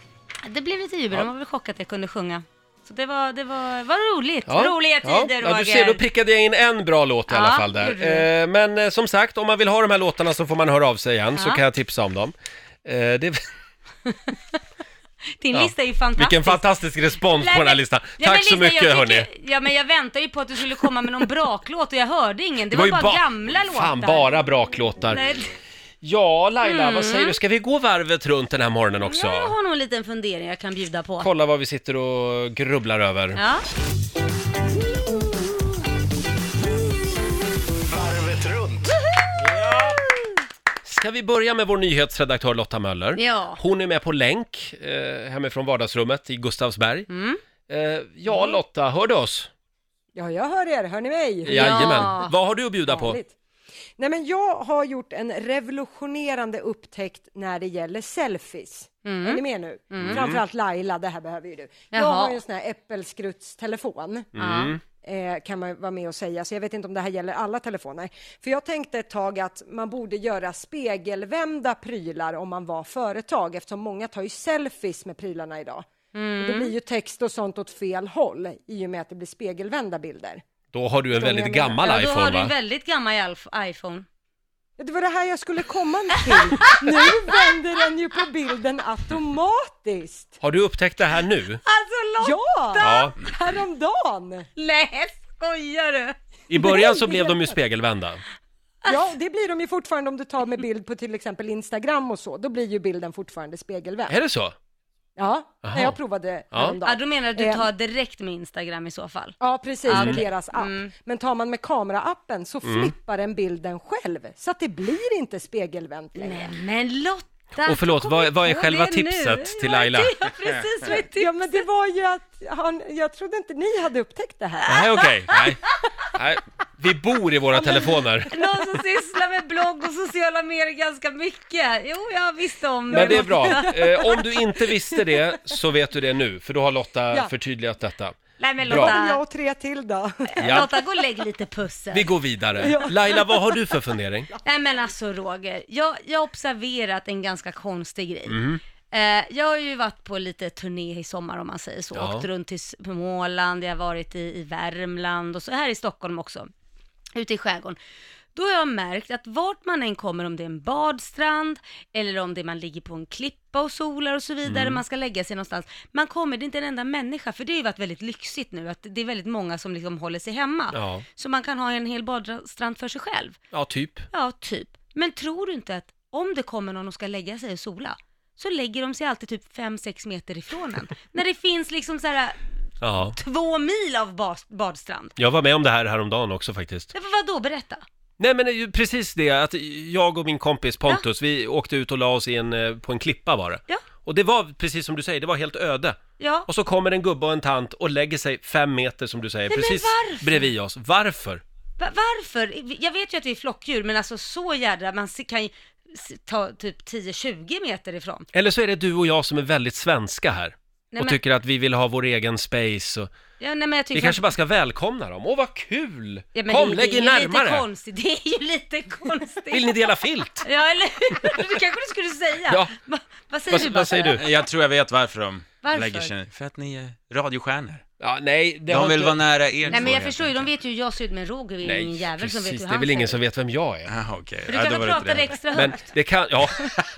Det blev lite jubel, de var väl chockade att jag kunde sjunga. Så det var, det var, var roligt. Roliga Ja, tider, ja, Roger. du ser, då prickade jag in en bra låt i Ja, alla fall gjorde där. du. Eh, men eh, som sagt, om man vill ha de här låtarna så får man höra av sig igen, så Ja. kan jag tipsa om dem. Eh, det, Din ja. lista är ju fantastisk. Vilken fantastisk respons Nej, på den här men- listan. nej, men Tack så Lisa, jag mycket tycker- hörni. Ja men jag väntade ju på att du skulle komma med någon braklåt och jag hörde ingen. Det, var, bara ba- gamla låtar. Fan, bara braklåtar. Nej, Ja, Laila, Mm. vad säger du? Ska vi gå varvet runt den här morgonen också? jag har nog en liten fundering jag kan bjuda på. Kolla vad vi sitter och grubblar över. Ja. Varvet runt. Ska vi börja med vår nyhetsredaktör Lotta Möller? Ja. Hon är med på länk eh, hemifrån vardagsrummet i Gustavsberg. Mm. Eh, ja, Lotta, hör du oss? Ja, jag hör er. Hör ni mig? Jajamän. Vad har du att bjuda på? Härligt. Nej, men jag har gjort en revolutionerande upptäckt när det gäller selfies. Är ni med nu? Framförallt Laila, det här behöver ju du. Jag Mm. Jaha. har ju en sån här äppelskrutstelefon. Mm. Eh, kan man vara med och säga, så jag vet inte om det här gäller alla telefoner. För jag tänkte ett tag att man borde göra spegelvända prylar om man var företag, eftersom många tar ju selfies med prylarna idag. Och då blir ju text och sånt åt fel håll i och med att det blir spegelvända bilder. Då har du en Förstår väldigt vad jag menar? gammal ja, då har iPhone, du en va? väldigt gammal iPhone- iPhone. Ja, Det var det här jag skulle komma till. Nu vänder den ju på bilden automatiskt. Har du upptäckt det här nu? Alltså Lotta! Ja, Ja. häromdagen. Nej, skojar du? I början så blev de ju spegelvända. Ja, det blir de ju fortfarande om du tar med bild på till exempel Instagram och så. Då blir ju bilden fortfarande spegelvänd. Är det så? Ja, Aha. när jag provade Ja. Ja, häromdagen. då menar du att du Eh. tar direkt med Instagram i så fall. Ja, precis, med okej. Mm. deras app. Men tar man med kameraappen så Mm. flippar den bilden själv, så att det blir inte spegelvänt längre. Nej men Lotta! Och förlåt, du kommer vad- vad är på själva det tipset nu? till Laila? Ja, det är precis vad jag Ja, men det var ju att han, jag trodde inte ni hade upptäckt det här. Nej, okej. Nej. Nej. Vi bor i våra telefoner. Någon som sysslar med blogg och sociala medier ganska mycket. Jo, jag visste om Men det är bra. Eh, om du inte visste det så vet du det nu, för då har Lotta Ja. förtydligat detta. Nej men Bra. Då vill jag Lotta, och tre till då. Ja. Eh, Lotta gå och lägg lite pussel. Vi går vidare. Laila, vad har du för fundering? Nej men alltså Roger, jag, jag har observerat en ganska konstig grej. Mhm. Eh, jag har ju varit på lite turné i sommar om man säger så. Ja. Åkt runt till S- på Småland, jag har varit i, i Värmland och så här i Stockholm också. Ute i skärgården. Då har jag märkt att vart man än kommer, om det är en badstrand eller om det är man ligger på en klippa och solar och så vidare, Mm. man ska lägga sig någonstans. Man kommer, det är inte en enda människa, för det har ju varit väldigt lyxigt nu, att det är väldigt många som liksom håller sig hemma. Ja. Så man kan ha en hel badstrand för sig själv. Ja, typ. Ja, typ. Men tror du inte att om det kommer någon och ska lägga sig och sola, så lägger de sig alltid typ 5-6 meter ifrån en. När det finns liksom så här Ja. två mil av bas- badstrand. Jag var med om det här häromdagen också faktiskt. Ja, vad då berätta? Nej men det är ju precis det att jag och min kompis Pontus, vi åkte ut och la oss i en, eh, på en klippa var det. Ja. Och det var precis som du säger, det var helt öde. Ja. Och så kommer en gubbe och en tant och lägger sig fem meter som du säger, Nej, men precis varför? bredvid oss. Varför? Va- varför? Jag vet ju att vi är flockdjur, men alltså så jädra, man se- kan ju se- ta typ 10-20 meter ifrån. Eller så är det du och jag som är väldigt svenska här. Nej, och men- tycker att vi vill ha vår egen space och... Ja, nej, men jag tycker Vi kanske bara ska välkomna dem. Åh vad kul! ja, men Kom, det- lägg det är er ju Lite närmare! konstigt. Det är ju lite konstigt. Vill ni dela filt? Ja, eller hur? Det kanske du skulle säga. Ja. Va, vad säger du? Vad, vad säger Basse? du? Jag tror jag vet varför de Varför? lägger sig. För att ni är radiostjärnor. Ja, nej, det har De vill inte- vara nära er Nej två, men jag helt förstår ju, de enkelt. vet ju hur jag ser ut men Roger är ju ingen jävel som precis. vet hur Det är han väl ingen ser som ut. vet vem jag är. Jaha, Ah, okej. För du Ja, då kanske var det inte pratar det. extra Men högt. det kan, ja.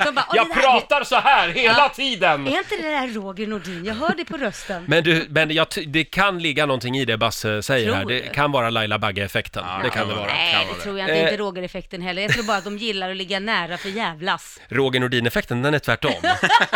De bara, "Åh, det Jag där pratar så här hela tiden! Är, är inte det där Roger Nordin? Jag hör det på rösten. Men du, men jag, ty- det kan ligga någonting i det Basse säger Tror här. Det du? kan vara Laila Bagge-effekten. Ja, det kan det vara. Nej, Kan det vara tror jag inte. Eh. Inte Roger-effekten heller. Jag tror bara att de gillar att ligga nära för jävlas. Roger Nordin-effekten, den är tvärtom.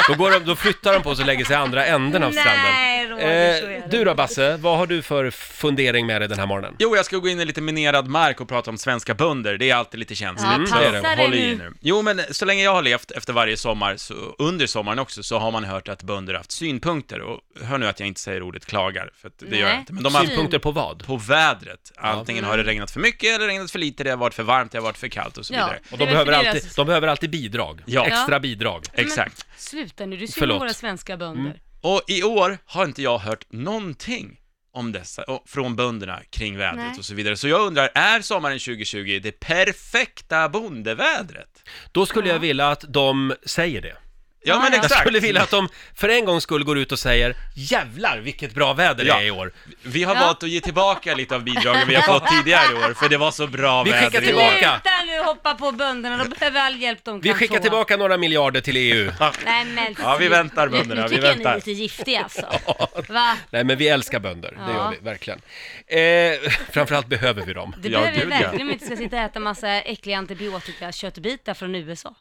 då, går de, då flyttar de på sig och lägger sig i andra änden av Nej, stranden. Roger, så är det. Eh, du då Basse, vad har du för fundering med dig den här morgonen? Jo, jag ska gå in i lite minerad mark och prata om svenska bönder. Det är alltid lite känsligt. Ja, så är det. passa dig Håll i nu. er nu. Jo, men så länge jag har levt efter varje sommar, så, under sommaren också, så har man hört att bönder har haft synpunkter. Och hör nu att jag inte säger ordet klagar, för att det gör jag Nej. inte. Men de har haft Synpunkter på vad? på vädret. Antingen har det regnat för mycket eller regnat för lite, det har varit för varmt, det har varit för kallt och så Ja. vidare. Och de Det är behöver, för deras- alltid, de behöver alltid bidrag. Ja. Extra bidrag. Exakt. Sluta nu, du synar Förlåt. Mm. våra svenska bönder. Och i år har inte jag hört någonting om dessa, och från bönderna kring vädret Nej. och så vidare. Så jag undrar, är sommaren 2020 det perfekta bondevädret? Då skulle jag vilja att de säger det. Ja, men Jag exakt. skulle vilja att de för en gångs skull går ut och säger jävlar vilket bra väder det Ja. är i år. Vi har valt att ge tillbaka lite av bidragen vi har fått tidigare i år, för det var så bra Vi väder skickar i år. tillbaka. Sluta nu hoppa på bönderna, de behöver all hjälp de kan Vi skickar få. tillbaka några miljarder till E EU. Nej men Ja, vi väntar, Nu- bönderna, Nu vi tycker jag ni är väntar. lite giftiga alltså. Va? Nej, men vi älskar bönder, det Ja. gör vi verkligen. Eh, framförallt behöver vi dem. Det behöver vi verkligen om vi inte ska sitta och äta massa äckliga antibiotika köttbitar från USA.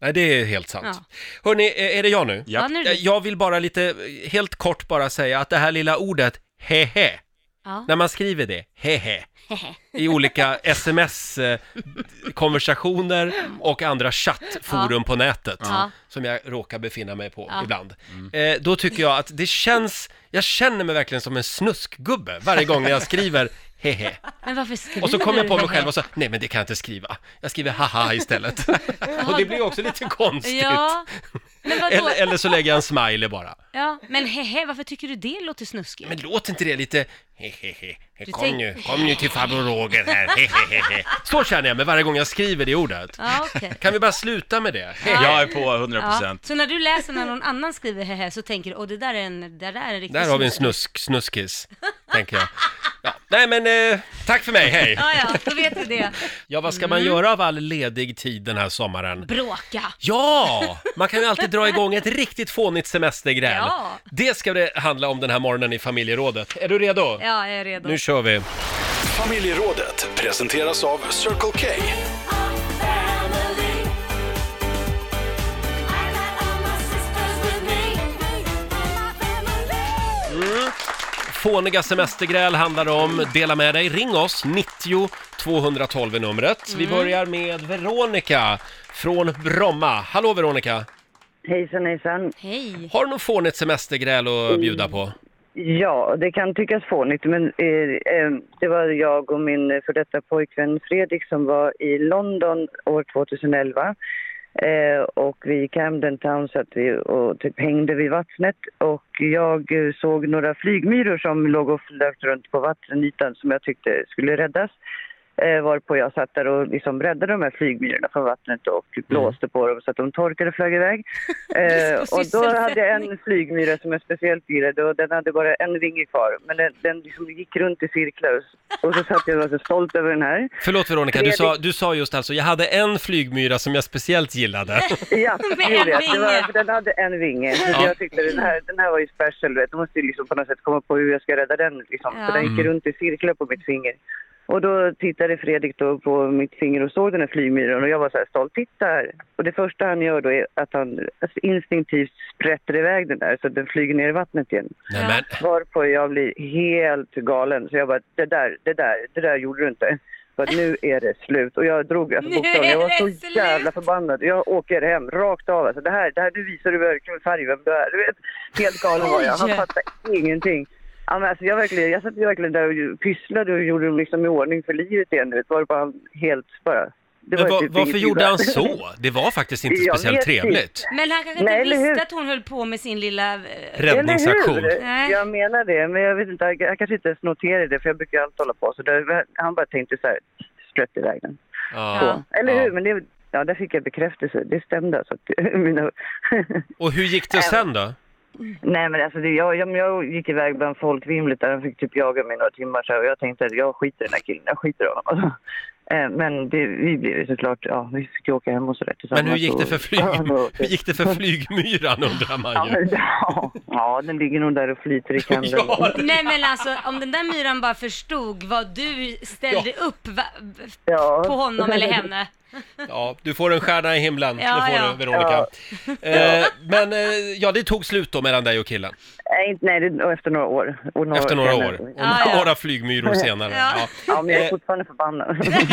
Nej, det är helt sant. Hörni, är det jag nu? Ja, nu är det du. Jag vill bara lite, helt kort bara säga att det här lilla ordet hehe, Ja. när man skriver det, hehe, i olika sms-konversationer eh, och andra chattforum på nätet, Ja. som jag råkar befinna mig på Ja. ibland. Eh, då tycker jag att det känns, jag känner mig verkligen som en snuskgubbe varje gång när jag skriver hehe. Men varför skriver Och så kom jag du på mig det? själv och sa, nej men det kan jag inte skriva. Jag skriver haha istället. och det blir också lite konstigt. Ja, men vadå? Eller, eller så lägger jag en smiley bara. Ja, men hehe, varför tycker du det låter snuskigt? Men låter inte det lite, hehehe, Du kom tänk- nu, kom nu till farbror Roger här, hehehe. Så känner jag mig varje gång jag skriver det ordet. Ja, okej. Kan vi bara sluta med det? Ja. Jag är på 100%. Ja. Så när du läser när någon annan skriver hehe så tänker du, åh det där är en, det där är en riktig Där har vi en snusk, snuskis, tänker jag. Ja. Nej men, eh, tack för mig, hej! Ja, ja, då vet du det. Ja, vad ska man Mm. göra av all ledig tid den här sommaren? Bråka. Ja! Man kan ju alltid dra igång ett riktigt fånigt semestergräl. Ja. Det ska det handla om den här morgonen i familjerådet. Är du redo? Ja, jag är redo. Nu kör vi! Familjerådet presenteras av Circle K. Mm. Fåniga semestergräl handlar det om. Dela med dig. Ring oss, 90 212 är numret. Vi Mm. börjar med Veronica från Bromma. Hallå Veronica! Hejsan, hejsan. Hej. Har du något fånigt semestergräl Mm. att bjuda på? Ja, det kan tyckas fånigt, men eh, eh, det var jag och min eh, för detta pojkvän Fredrik som var i London år 2011. Eh, och vi gick Camden Town så att vi, och typ hängde vid vattnet och jag eh, såg några flygmyror som låg och flög runt på vattenytan som jag tyckte skulle räddas. Eh, varpå jag satt där och liksom räddade de här flygmyrorna från vattnet och blåste på dem så att de torkade och flög iväg. Eh, och då hade jag en flygmyra som jag speciellt gillade och den hade bara en vinge kvar. Men den, den liksom gick runt i cirklar och så satt jag och var så stolt över den här. Förlåt Veronica, du sa, du sa just alltså, jag hade en flygmyra som jag speciellt gillade. Ja, Med det gjorde en jag. Det var, vinge. för den hade en vinge. Så Ja. Jag tyckte den här, den här var ju special. Du vet. Jag måste ju liksom på något sätt komma på hur jag ska rädda den. Liksom. Ja. För den gick Mm. runt i cirklar på mitt finger. Och då tittade Fredrik då på mitt finger och såg den här flygmyran och jag var så här stolt. Titta här! Och det första han gör då är att han alltså, instinktivt sprätter iväg den där så att den flyger ner i vattnet igen. Nämen. Varpå jag blir helt galen. Så jag bara, det där, det där, det där gjorde du inte. För att nu är det slut. Och jag drog alltså Nu är bokstavligen, jag det var så slut. jävla förbannad. Jag åker hem rakt av. Alltså det här, det här, nu visar du verkligen färg vem du är. Du vet, helt galen var jag. Han Oj. fattade ingenting. Ja, men alltså jag, verkligen, jag satt ju verkligen där och pysslade och gjorde dem liksom i ordning för livet igen. du vet. Varpå han helt bara... det Men var va, typ varför ingenting gjorde han värt. så? Det var faktiskt inte Jag speciellt vet inte. trevligt. Men han kanske Nej, inte eller visste att hon höll på med sin lilla... eh, Räddningsaktion. Eller hur? Jag menar det, men jag vet inte, jag jag kanske inte ens noterade det för jag brukar alltid hålla på så där. Han bara tänkte så här, sprätt iväg den. Ja. Så, Eller hur? Men det, ja, där fick jag bekräftelse, det stämde alltså. att Mina, Och hur gick det sen då? nej men alltså det, jag, jag, jag gick iväg bland folkvimlet där han fick typ jaga mig några timmar så här, och jag tänkte att jag skiter i den här killen, jag skiter i honom. Alltså. Eh, Men det, vi blev ju såklart, ja vi fick ju åka hem och sådär tillsammans. Men hur gick det för, och- flyg... hur gick det för flygmyran undrar man Ja, ju. men, ja, ja, den ligger nog där och flyter i kanten. Nej men alltså om den där myran bara förstod vad du ställde upp va, på honom eller henne. Ja, du får en stjärna i himlen, Ja, det får ja. du Veronica. Ja. Eh, men eh, ja, det tog slut då mellan dig och killen. Nej, Eh, nej det, och efter några år. Och Efter några senare. år. Och några flygmyror senare. Ja. Ja, men jag är Eh, fortfarande förbannad.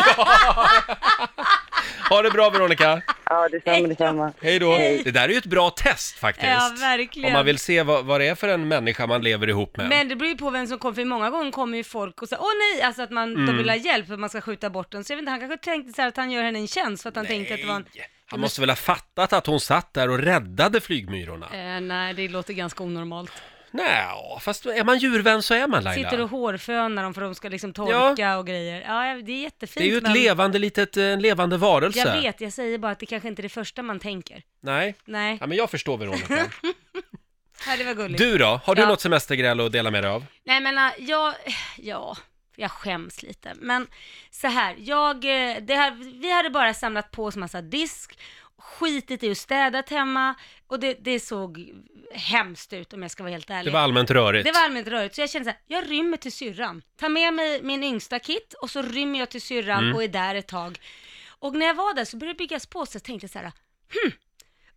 Ha det bra Veronica! Ja, detsamma, detsamma. Hej då! Hej. Det där är ju ett bra test faktiskt. Ja, verkligen. Om man vill se vad, vad det är för en människa man lever ihop med. Men det beror ju på vem som kommer, för många gånger kommer ju folk och säger åh nej, alltså att man, de Mm. vill ha hjälp för att man ska skjuta bort den. Så jag vet inte, han kanske tänkte så här att han gör henne en tjänst för att han tänkte att det var en... Han måste väl ha fattat att hon satt där och räddade flygmyrorna? Eh, nej, det låter ganska onormalt. Nej, fast är man djurvän så är man Laila. Sitter och hårfönar dem för de ska liksom torka och grejer. Ja, det är jättefint. Det är ju ett men- levande litet, eh, en levande varelse. Jag vet, jag säger bara att det kanske inte är det första man tänker. Nej. Nej. Ja, men jag förstår Veronica. Ja, det var gulligt. Du då? Har du Ja. något semestergräl att dela med dig av? Nej men äh, jag, ja, jag skäms lite. Men så här, jag, eh, det här, vi hade bara samlat på oss massa disk, skitit i och städat hemma och det, det såg hemskt ut om jag ska vara helt ärlig. Det var allmänt rörigt. Det var allmänt rörigt, så jag kände så här, jag rymmer till syrran. Tar med mig min yngsta kit och så rymmer jag till syrran Mm. och är där ett tag. Och när jag var där så började det byggas på, så jag tänkte så här, hm,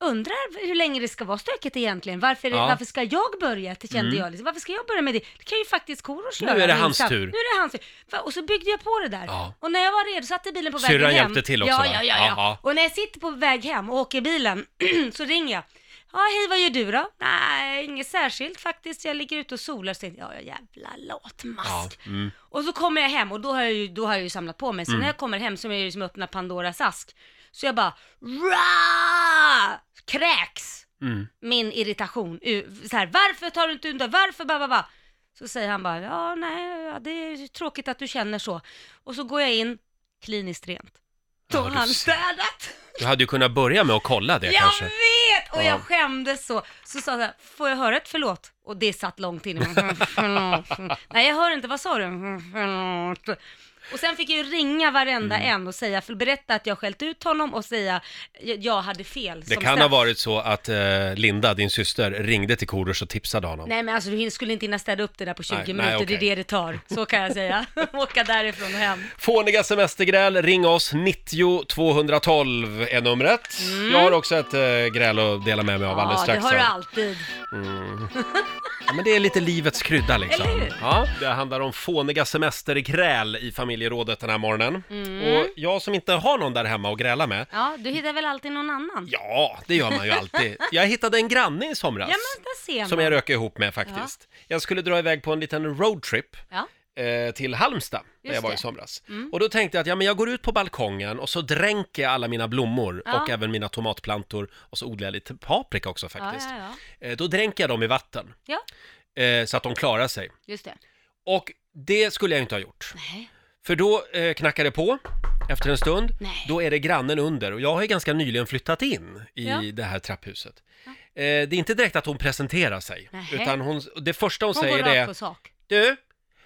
undrar hur länge det ska vara stökigt egentligen. Varför, Ja. varför ska jag börja? Det kände Mm. jag liksom. Varför ska jag börja med det? Det kan ju faktiskt Korosh Nu göra. är det min hans sam- tur. Nu är det hans tur. Va, Och så byggde jag på det där. Ja. Och när jag var redo, satt i bilen på Syrran vägen hem. hjälpte till också, ja, va? ja, ja, Ja, ja, ja. Och när jag sitter på väg hem och åker i bilen så ringer jag. Ja, hej, vad gör du då? Nej, inget särskilt faktiskt. Jag ligger ute och solar. Så tänkte jag, ja, jävla latmask. Ja. Mm. Och så kommer jag hem och då har jag ju, då har jag ju samlat på mig. Så Mm. när jag kommer hem så är jag ju som att öppna Pandoras ask. Så jag bara, Ra! kräks Mm. min irritation. ur- Så här, varför tar du inte undan? Varför? Ba, ba, ba. Så säger han bara, ja nej, ja, det är tråkigt att du känner så. Och så går jag in, kliniskt rent. Då Ja, har du han ser. städat. Du hade ju kunnat börja med att kolla det Jag kanske. vet! Och Ja. jag skämdes så. Så sa jag, får jag höra ett förlåt? Och det satt långt inne. Mm, Förlåt. Nej, jag hör inte. Vad sa du? Mm, Förlåt. Och sen fick jag ju ringa varenda Mm. en och säga, för berätta att jag skällt ut honom och säga, jag, jag hade fel. Det som kan ha straff. varit så att eh, Linda, din syster, ringde till Korosh och tipsade honom. Nej men alltså du hin- skulle inte hinna städa upp det där på 20 Nej, nej, minuter, okej. det är det det tar. Så kan jag säga. Åka därifrån och hem. Fåniga semestergräl, ring oss, 90 212 är numret. Jag har också ett eh, gräl att dela med mig av alldeles Mm. ja, det strax. har du här. alltid. Mm. Ja, men det är lite livets krydda liksom. Eller hur? Ja, det handlar om fåniga semestergräl i familjerådet den här morgonen. Mm. Och jag som inte har någon där hemma att gräla med, Ja, du hittar väl alltid någon annan? ja, det gör man ju alltid. Jag hittade en granne i Ja somras. men där ser man. som jag rök ihop med faktiskt. Jag skulle dra iväg på en liten roadtrip Ja. eh, till Halmstad, där Just jag var i det. somras. Mm. Och då tänkte jag att ja, men jag går ut på balkongen och så dränker jag alla mina blommor Ja. och även mina tomatplantor och så odlar jag lite paprika också faktiskt. Ja, ja, ja. Eh, då dränker jag dem i vatten ja, eh, så att de klarar sig. just det. Och det skulle jag inte ha gjort. Nej. För då eh, knackar det på efter en stund. Nej. Då är det grannen under och jag har ju ganska nyligen flyttat in i Ja. det här trapphuset. Eh, det är inte direkt att hon presenterar sig, Nähä. utan hon, det första hon, Hon säger går det rakt är på sak. Du,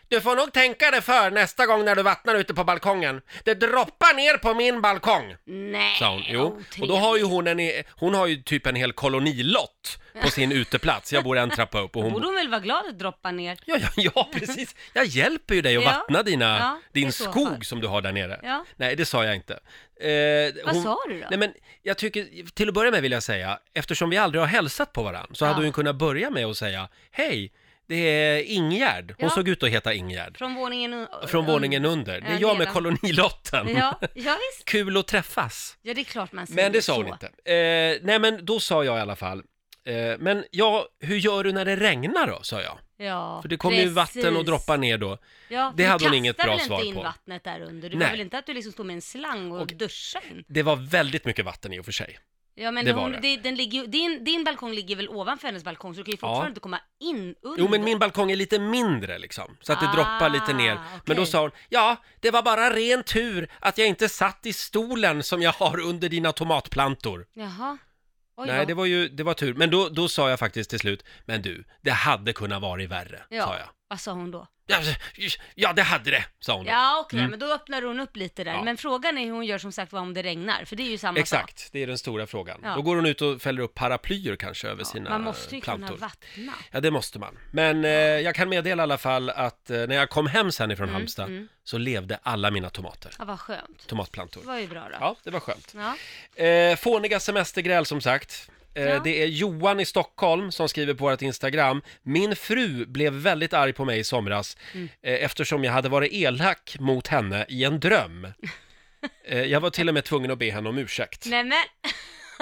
du får nog tänka dig för nästa gång när du vattnar ute på balkongen. Det droppar ner på min balkong! Nej, Sa hon. Jo. Och då har ju hon en, hon har ju typ en hel kolonilott på sin uteplats. Jag bor en trappa upp och Hon... borde hon hon väl vara glad att droppa ner? Ja, ja, ja precis. Jag hjälper ju dig att Ja. vattna dina, Ja, i din så skog fall. som du har där nere. Ja. Nej, det sa jag inte. Eh, Vad sa du då? Nej, men jag tycker, till att börja med vill jag säga, eftersom vi aldrig har hälsat på varandra så Ja. hade hon kunnat börja med att säga, hej, det är Ingegärd. Hon Ja. såg ut att heta Ingegärd. Från våningen un- Från un- våningen under. Det är Ja, jag med nedan. kolonilotten. Ja, ja visst. Kul att träffas. Ja, det är klart man säger Men det sa så. hon inte. Eh, nej, men då sa jag i alla fall, eh, men ja, hur gör du när det regnar då, sa jag. Ja, För det kommer ju vatten och precis. droppar ner då. Ja, det du hade hon inget kastar bra väl svar inte in på. vattnet där under? Du Nej. var väl inte att du liksom stod med en slang och, duschade in? Det var väldigt mycket vatten i och för sig. Ja, men det var hon, det. det. den ligger, ju- din, din balkong ligger väl ovanför hennes balkong, så du kan ju fortfarande Ja. inte komma in under. Jo, men min balkong är lite mindre liksom, så att det droppar lite ner. Men då Ah, okej. sa hon, ja, det var bara ren tur att jag inte satt i stolen som jag har under dina tomatplantor. Jaha. Oj Nej, då. det var ju, det var tur. Men då, då sa jag faktiskt till slut, men du, det hade kunnat vara värre, ja. sa jag. Vad sa hon då? Ja, ja, det hade det, sa hon. då. Ja, okej, Mm. men då öppnar hon upp lite där. Ja. Men frågan är hur hon gör som sagt var om det regnar, för det är ju samma sak. Exakt, det är den stora frågan. Ja. Då går hon ut och fäller upp paraplyer kanske över sina Man måste ju plantor. kunna vattna. Ja, det måste man. Men eh, jag kan meddela i alla fall att eh, när jag kom hem sen ifrån Halmstad mm. så levde alla mina tomater, Ja, vad skönt. tomatplantor. Det var ju bra då. Ja, det var skönt. Ja. Eh, fåniga semestergräl som sagt. Eh, Ja. Det är Johan i Stockholm som skriver på vårt Instagram. Min fru blev väldigt arg på mig i somras Mm. eh, eftersom jag hade varit elak mot henne i en dröm. Eh, jag var till och med tvungen att be henne om ursäkt. Nej men,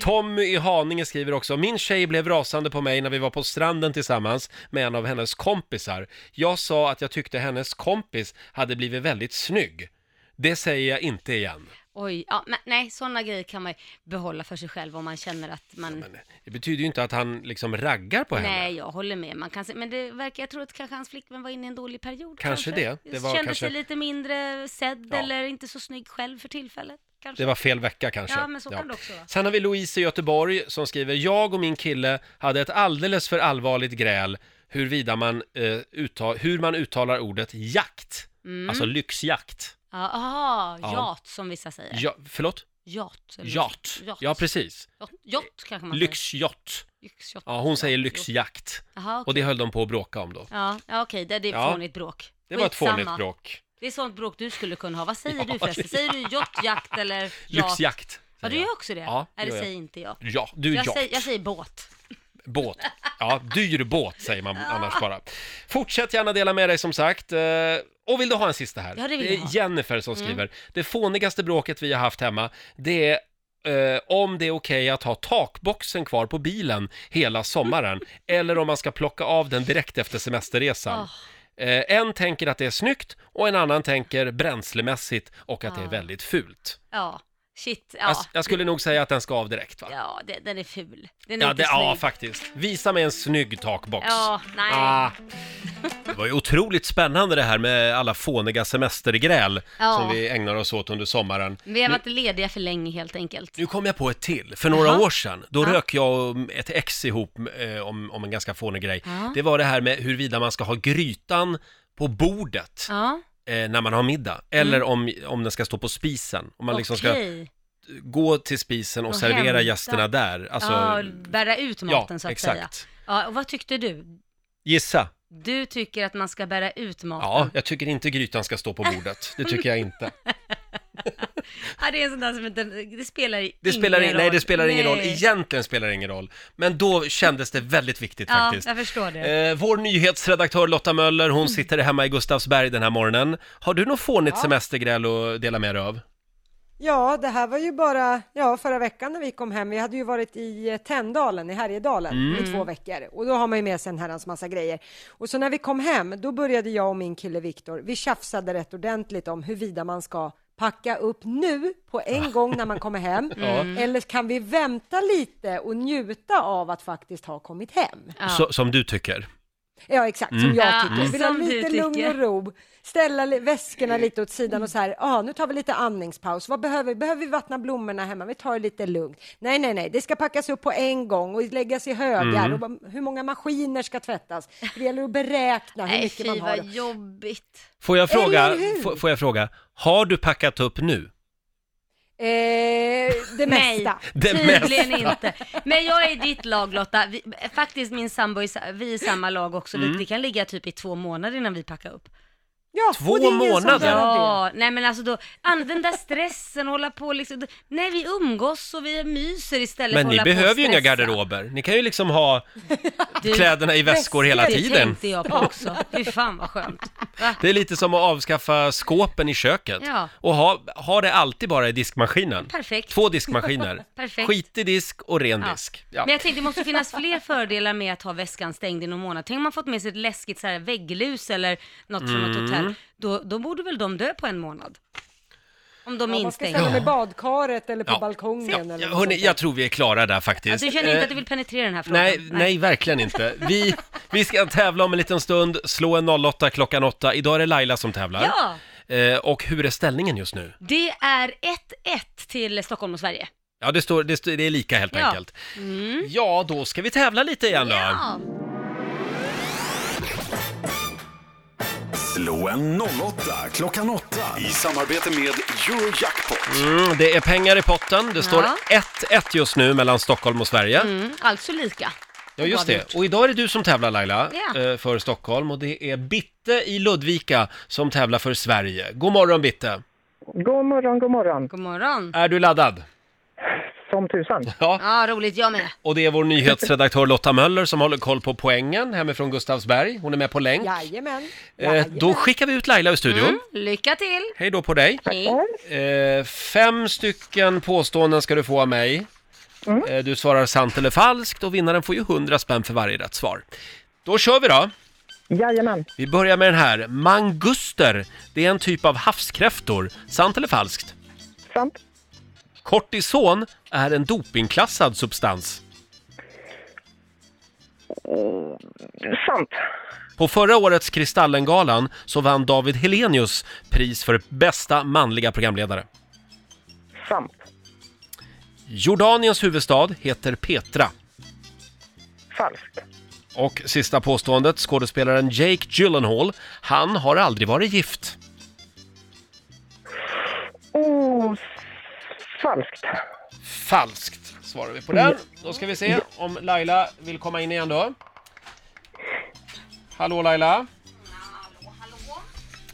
Tommy i Haninge skriver också, min tjej blev rasande på mig när vi var på stranden tillsammans med en av hennes kompisar. Jag sa att jag tyckte hennes kompis hade blivit väldigt snygg. Det säger jag inte igen. Oj, ja, men nej, sådana grejer kan man ju behålla för sig själv om man känner att man... Det betyder ju inte att han liksom raggar på henne. nej, jag håller med. Man kan se, men det verkar, jag tror att kanske hans flickvän var inne i en dålig period. Kanske det. Det var Kände kanske- sig lite mindre sedd Ja. eller inte så snygg själv för tillfället. Kanske. Det var fel vecka kanske. Alltså- Ja, men så kan det också vara. Sen har vi Louise i Göteborg som skriver, jag och min kille hade ett alldeles för allvarligt gräl huruvida man, eh, uttal, hur man uttalar ordet jakt. Mm. Alltså lyxjakt. Ja, aha, Ja. jat som vissa säger. Ja, förlåt? Jat. eller- Jat. Jat. Ja, precis. Jat, jat kanske man säger. Lyxjott. Lyxjat. Ja, hon säger lyxjakt. Aha, Och det höll de på att bråka om då. Ja, ja okej, det, det är Ja. fånigt bråk. Det var ett Skitsamma. fånigt bråk. Det är sånt bråk du skulle kunna ha. Vad säger Ja, du förresten? det- Säger du jotjakt eller jat? Lyxjakt. Ja, du gör också det? Ja, Nej, det gör jag. säger inte jag. Ja, du är jag, jat. säger, jag säger båt. Båt. Ja, dyr båt säger man annars bara. Fortsätt gärna dela med dig som sagt. Eh, Och vill du ha en sista här? Ja, det vill är jag ha. Jennifer som skriver. Mm. Det fånigaste bråket vi har haft hemma, det är eh, om det är okej att ha takboxen kvar på bilen hela sommaren eller om man ska plocka av den direkt efter semesterresan. Ah. Eh, en tänker att det är snyggt och en annan tänker bränslemässigt och att det är Ah. väldigt fult. Ja, shit. Ja, Jag, jag skulle nog säga att den ska av direkt va? ja det, den är ful. Den är Ja, inte det, ja, snygg. faktiskt. Visa mig en snygg takbox. Ja, nej. Ah. Det var ju otroligt spännande det här med alla fåniga semestergräl Ja. som vi ägnar oss åt under sommaren. Vi har varit lediga för länge helt enkelt. Nu kom jag på ett till. För några Jaha. år sedan, då Ja. rök jag och ett ex ihop eh, om, om en ganska fånig grej. Ja. Det var det här med huruvida man ska ha grytan på bordet Ja, Mm. eh, när man har middag. Eller om, om den ska stå på spisen. Om man liksom ska okej. gå till spisen och, Och servera hämta. gästerna där. Alltså, ja, bära ut maten ja, så att exakt. säga. Ja, och vad tyckte du? Gissa. Du tycker att man ska bära ut maten? Ja, jag tycker inte grytan ska stå på bordet. Det tycker jag inte. Ja, det är en sån där som inte, det spelar ingen Det spelar, roll. in, nej, det spelar ingen roll. Nej. Egentligen spelar det ingen roll. Men då kändes det väldigt viktigt Ja, faktiskt. jag förstår det. Mm. Eh, vår nyhetsredaktör Lotta Möller, hon sitter hemma i Gustavsberg den här morgonen. Har du något fånigt Ja. semestergräl att dela med dig av? Ja, det här var ju bara ja, förra veckan när vi kom hem. Vi hade ju varit i eh, Tänndalen i Härjedalen Mm. i två veckor och då har man ju med sig en herrans massa grejer. Och så när vi kom hem, då började jag och min kille Viktor, vi tjafsade rätt ordentligt om huruvida man ska packa upp nu på en gång när man kommer hem Ja. Mm. eller kan vi vänta lite och njuta av att faktiskt ha kommit hem? Så, som du tycker? Ja, exakt. Som Mm. jag Ja, tycker. Vill ha som du lite lugn tycker. och ro. Ställa li- väskorna lite åt sidan och så här, ja, nu tar vi lite andningspaus. Vad behöver vi? Behöver vi vattna blommorna hemma? Vi tar det lite lugnt. Nej, nej, nej, det ska packas upp på en gång och läggas i högar. Mm. Och bara, hur många maskiner ska tvättas? Det gäller att beräkna hur Nej, mycket fy man har. vad jobbigt. Får jag fråga, Eller hur? får, får jag fråga, har du packat upp nu? Eh, det mesta. Det Tydligen mesta. inte. Men jag är i ditt lag Lotta. Vi, faktiskt min sambo, är, sa- vi är i samma lag också. Mm. Vi, det kan ligga typ i två månader innan vi packar upp. Ja, Två och det är ingen som månader? gör Ja, nej men alltså då, an- den där stressen, hålla på liksom. då- Nej, vi umgås och vi myser istället för Men att ni hålla på och behöver ju inga stressa. garderober. Ni kan ju liksom ha Du, kläderna i väskor hela Det tiden. tänkte jag på också. Fy fan vad skönt. Va? Det är lite som att avskaffa skåpen i köket Ja. och ha, ha det alltid bara i diskmaskinen. Perfekt. Två diskmaskiner. Perfekt. Skitig disk och ren Ja. disk. Ja. Men jag tänkte det måste finnas fler fördelar med att ha väskan stängd i någon månad. Tänk om man fått med sig ett läskigt så här vägglus eller något från något Mm. hotell. Då, då borde väl de dö på en månad? Om de är Ja, man ska instängda. ställa dem i badkaret eller på Ja. balkongen. Ja, Eller något Hörni, sånt där. jag tror vi är klara där faktiskt. Alltså, du känner inte Eh, att du vill penetrera den här frågan? Nej, nej, verkligen inte. Vi, vi ska tävla om en liten stund, slå en 08 klockan 8. Idag är det Laila som tävlar. Ja, Eh, och hur är ställningen just nu? det är 1-1 till Stockholm och Sverige. Ja, det, står, det, står, det är lika helt Ja. Mm. enkelt. Ja, då ska vi tävla lite igen då. Ja. Slå en 08 klockan 8 i samarbete med Eurojackpot. Mm, det är pengar i potten. Det står 1-1 just nu mellan Stockholm och Sverige. Mm, alltså lika. Ja, just Oavgjort. det. Och idag är det du som tävlar Laila, Ja. eh, för Stockholm. Och det är Bitte i Ludvika som tävlar för Sverige. God morgon Bitte! God morgon, god morgon. God morgon. Är du laddad? Som tusan. Ja. Ja, roligt. Jag med. Och det är vår nyhetsredaktör Lotta Möller som håller koll på poängen hemifrån Gustavsberg. Hon är med på länk. Jajamän. Eh, då skickar vi ut Laila ur studion. Mm, lycka till. Hej då på dig. Eh, fem stycken påståenden ska du få av mig. Eh, du svarar sant eller falskt och vinnaren får ju 100 spänn för varje rätt svar. Då kör vi då! Jajamän. Vi börjar med den här. Manguster, det är en typ av havskräftor. Sant eller falskt? Sant. Kortison är en dopingklassad substans. Eh, Sant. På förra årets Kristallengalan så vann David Helenius pris för bästa manliga programledare. Sant. Jordaniens huvudstad heter Petra. Falskt. Och sista påståendet, skådespelaren Jake Gyllenhaal, han har aldrig varit gift. Oh, falskt. Falskt svarar vi på den. Då ska vi se om Laila vill komma in igen då. Hallå Laila.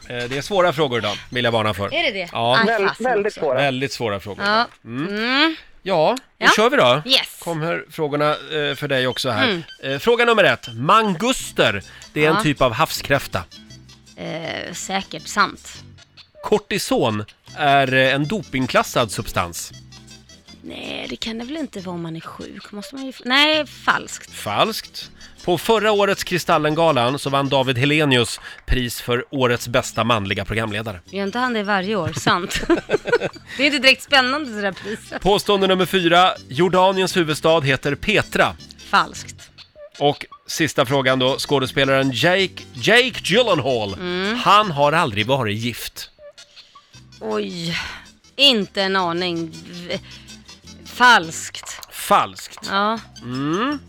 Eh, Det är svåra frågor idag, vill jag varna för. Är det det? Ja, Ah, Väl- fasen väldigt också. svåra. Väldigt svåra frågor. Ja. Mm. Mm. Ja, då Ja. kör vi då. Yes. Kommer frågorna eh, för dig också här. Mm. Eh, Fråga nummer ett. Manguster, det är Ja. en typ av havskräfta. Eh, säkert sant. Kortison är eh, en dopingklassad substans. Nej, det kan det väl inte vara om man är sjuk? Måste man ju... Nej, falskt. Falskt. På förra årets Kristallengalan så vann David Helenius pris för årets bästa manliga programledare. Gör inte han det varje år? Sant. det är inte direkt spännande det där priset. Påstående nummer fyra. Jordaniens huvudstad heter Petra. Falskt. Och sista frågan då. Skådespelaren Jake, Jake Gyllenhaal. Mm. Han har aldrig varit gift. Oj, inte en aning. V- Falskt. Falskt. Ja. Mm.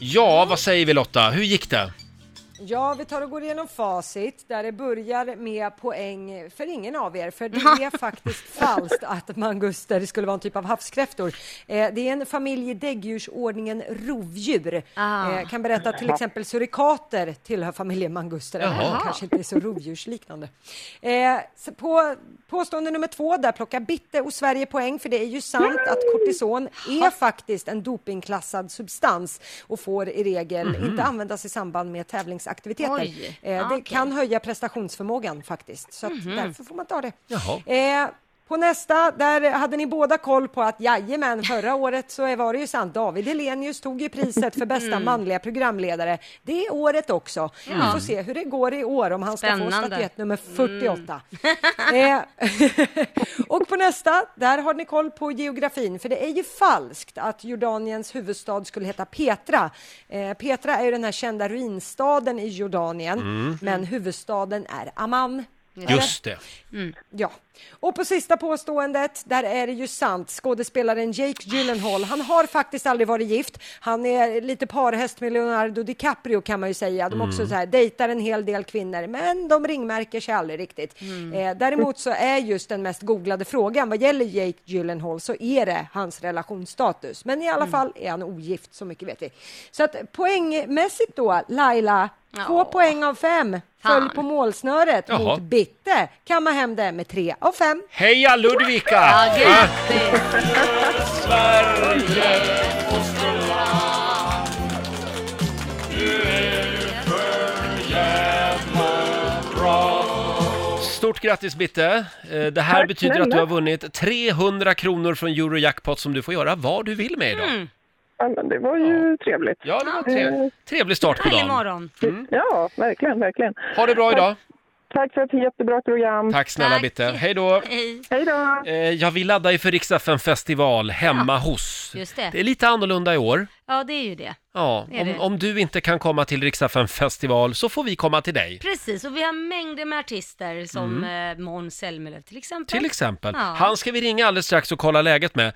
Ja, vad säger vi Lotta? Hur gick det? Ja, vi tar och går igenom facit där det börjar med poäng för ingen av er, för det är faktiskt falskt att manguster skulle vara en typ av havskräftor. Eh, det är en familj i däggdjursordningen rovdjur. Ah. Eh, kan berätta att till exempel surikater tillhör familjen manguster, även om de Jaha. kanske inte är så rovdjursliknande. Eh, så på påstående nummer två, där plockar Bitte och Sverige poäng, för det är ju sant att kortison är faktiskt en dopingklassad substans och får i regel Mhm. inte användas i samband med tävlingsaktiviteter. Oj, Ah, Eh, det okej. kan höja prestationsförmågan faktiskt, så att Mhm. därför får man ta det. Jaha. Eh, på nästa, där hade ni båda koll på att jajamän, förra året så var det ju sant. David Helenius tog ju priset för bästa manliga programledare. Det är året också. Vi Mm. Ja. får se hur det går i år om han ska få Spännande. statyett nummer 48. Eh, och på nästa, där har ni koll på geografin, för det är ju falskt att Jordaniens huvudstad skulle heta Petra. Eh, Petra är ju den här kända ruinstaden i Jordanien, Mm. men huvudstaden är Amman. Just det. Ja. Och på sista påståendet, där är det ju sant. Skådespelaren Jake Gyllenhaal, han har faktiskt aldrig varit gift. Han är lite parhäst med Leonardo DiCaprio kan man ju säga. De Mm. också så här, dejtar en hel del kvinnor, men de ringmärker sig aldrig riktigt. Eh, däremot så är just den mest googlade frågan vad gäller Jake Gyllenhaal så är det hans relationsstatus. Men i alla fall är han ogift, så mycket vet vi. Så att poängmässigt då, Laila, två poäng av fem. Föll Fan. på målsnöret Jaha. mot Bitte kammar hem det med tre av fem. Heja Ludvika! Ja, Va? Stort grattis Bitte! Eh, Det här Tack betyder att snälla. du har vunnit 300 kronor från Eurojackpot som du får göra vad du vill med idag. Ja, men det var ju trevligt. Ja, det var Tre- Trevlig start på Härlig dagen! Eh, morgon. Ja, verkligen, verkligen. Ha det bra idag. Tack för ett jättebra program. Tack snälla Bitte, hej då! Hej då. Eh, Ja, vi laddar ju för Riksdagen festival hemma hos. Just det. Det är lite annorlunda i år. Ja, det är ju det. Ja, Är om, det? om du inte kan komma till Riksdagen festival så får vi komma till dig. Precis, och vi har mängder med artister som eh, Måns Zelmerlöw till exempel. Mm. Till exempel. Ja. Han ska vi ringa alldeles strax och kolla läget med.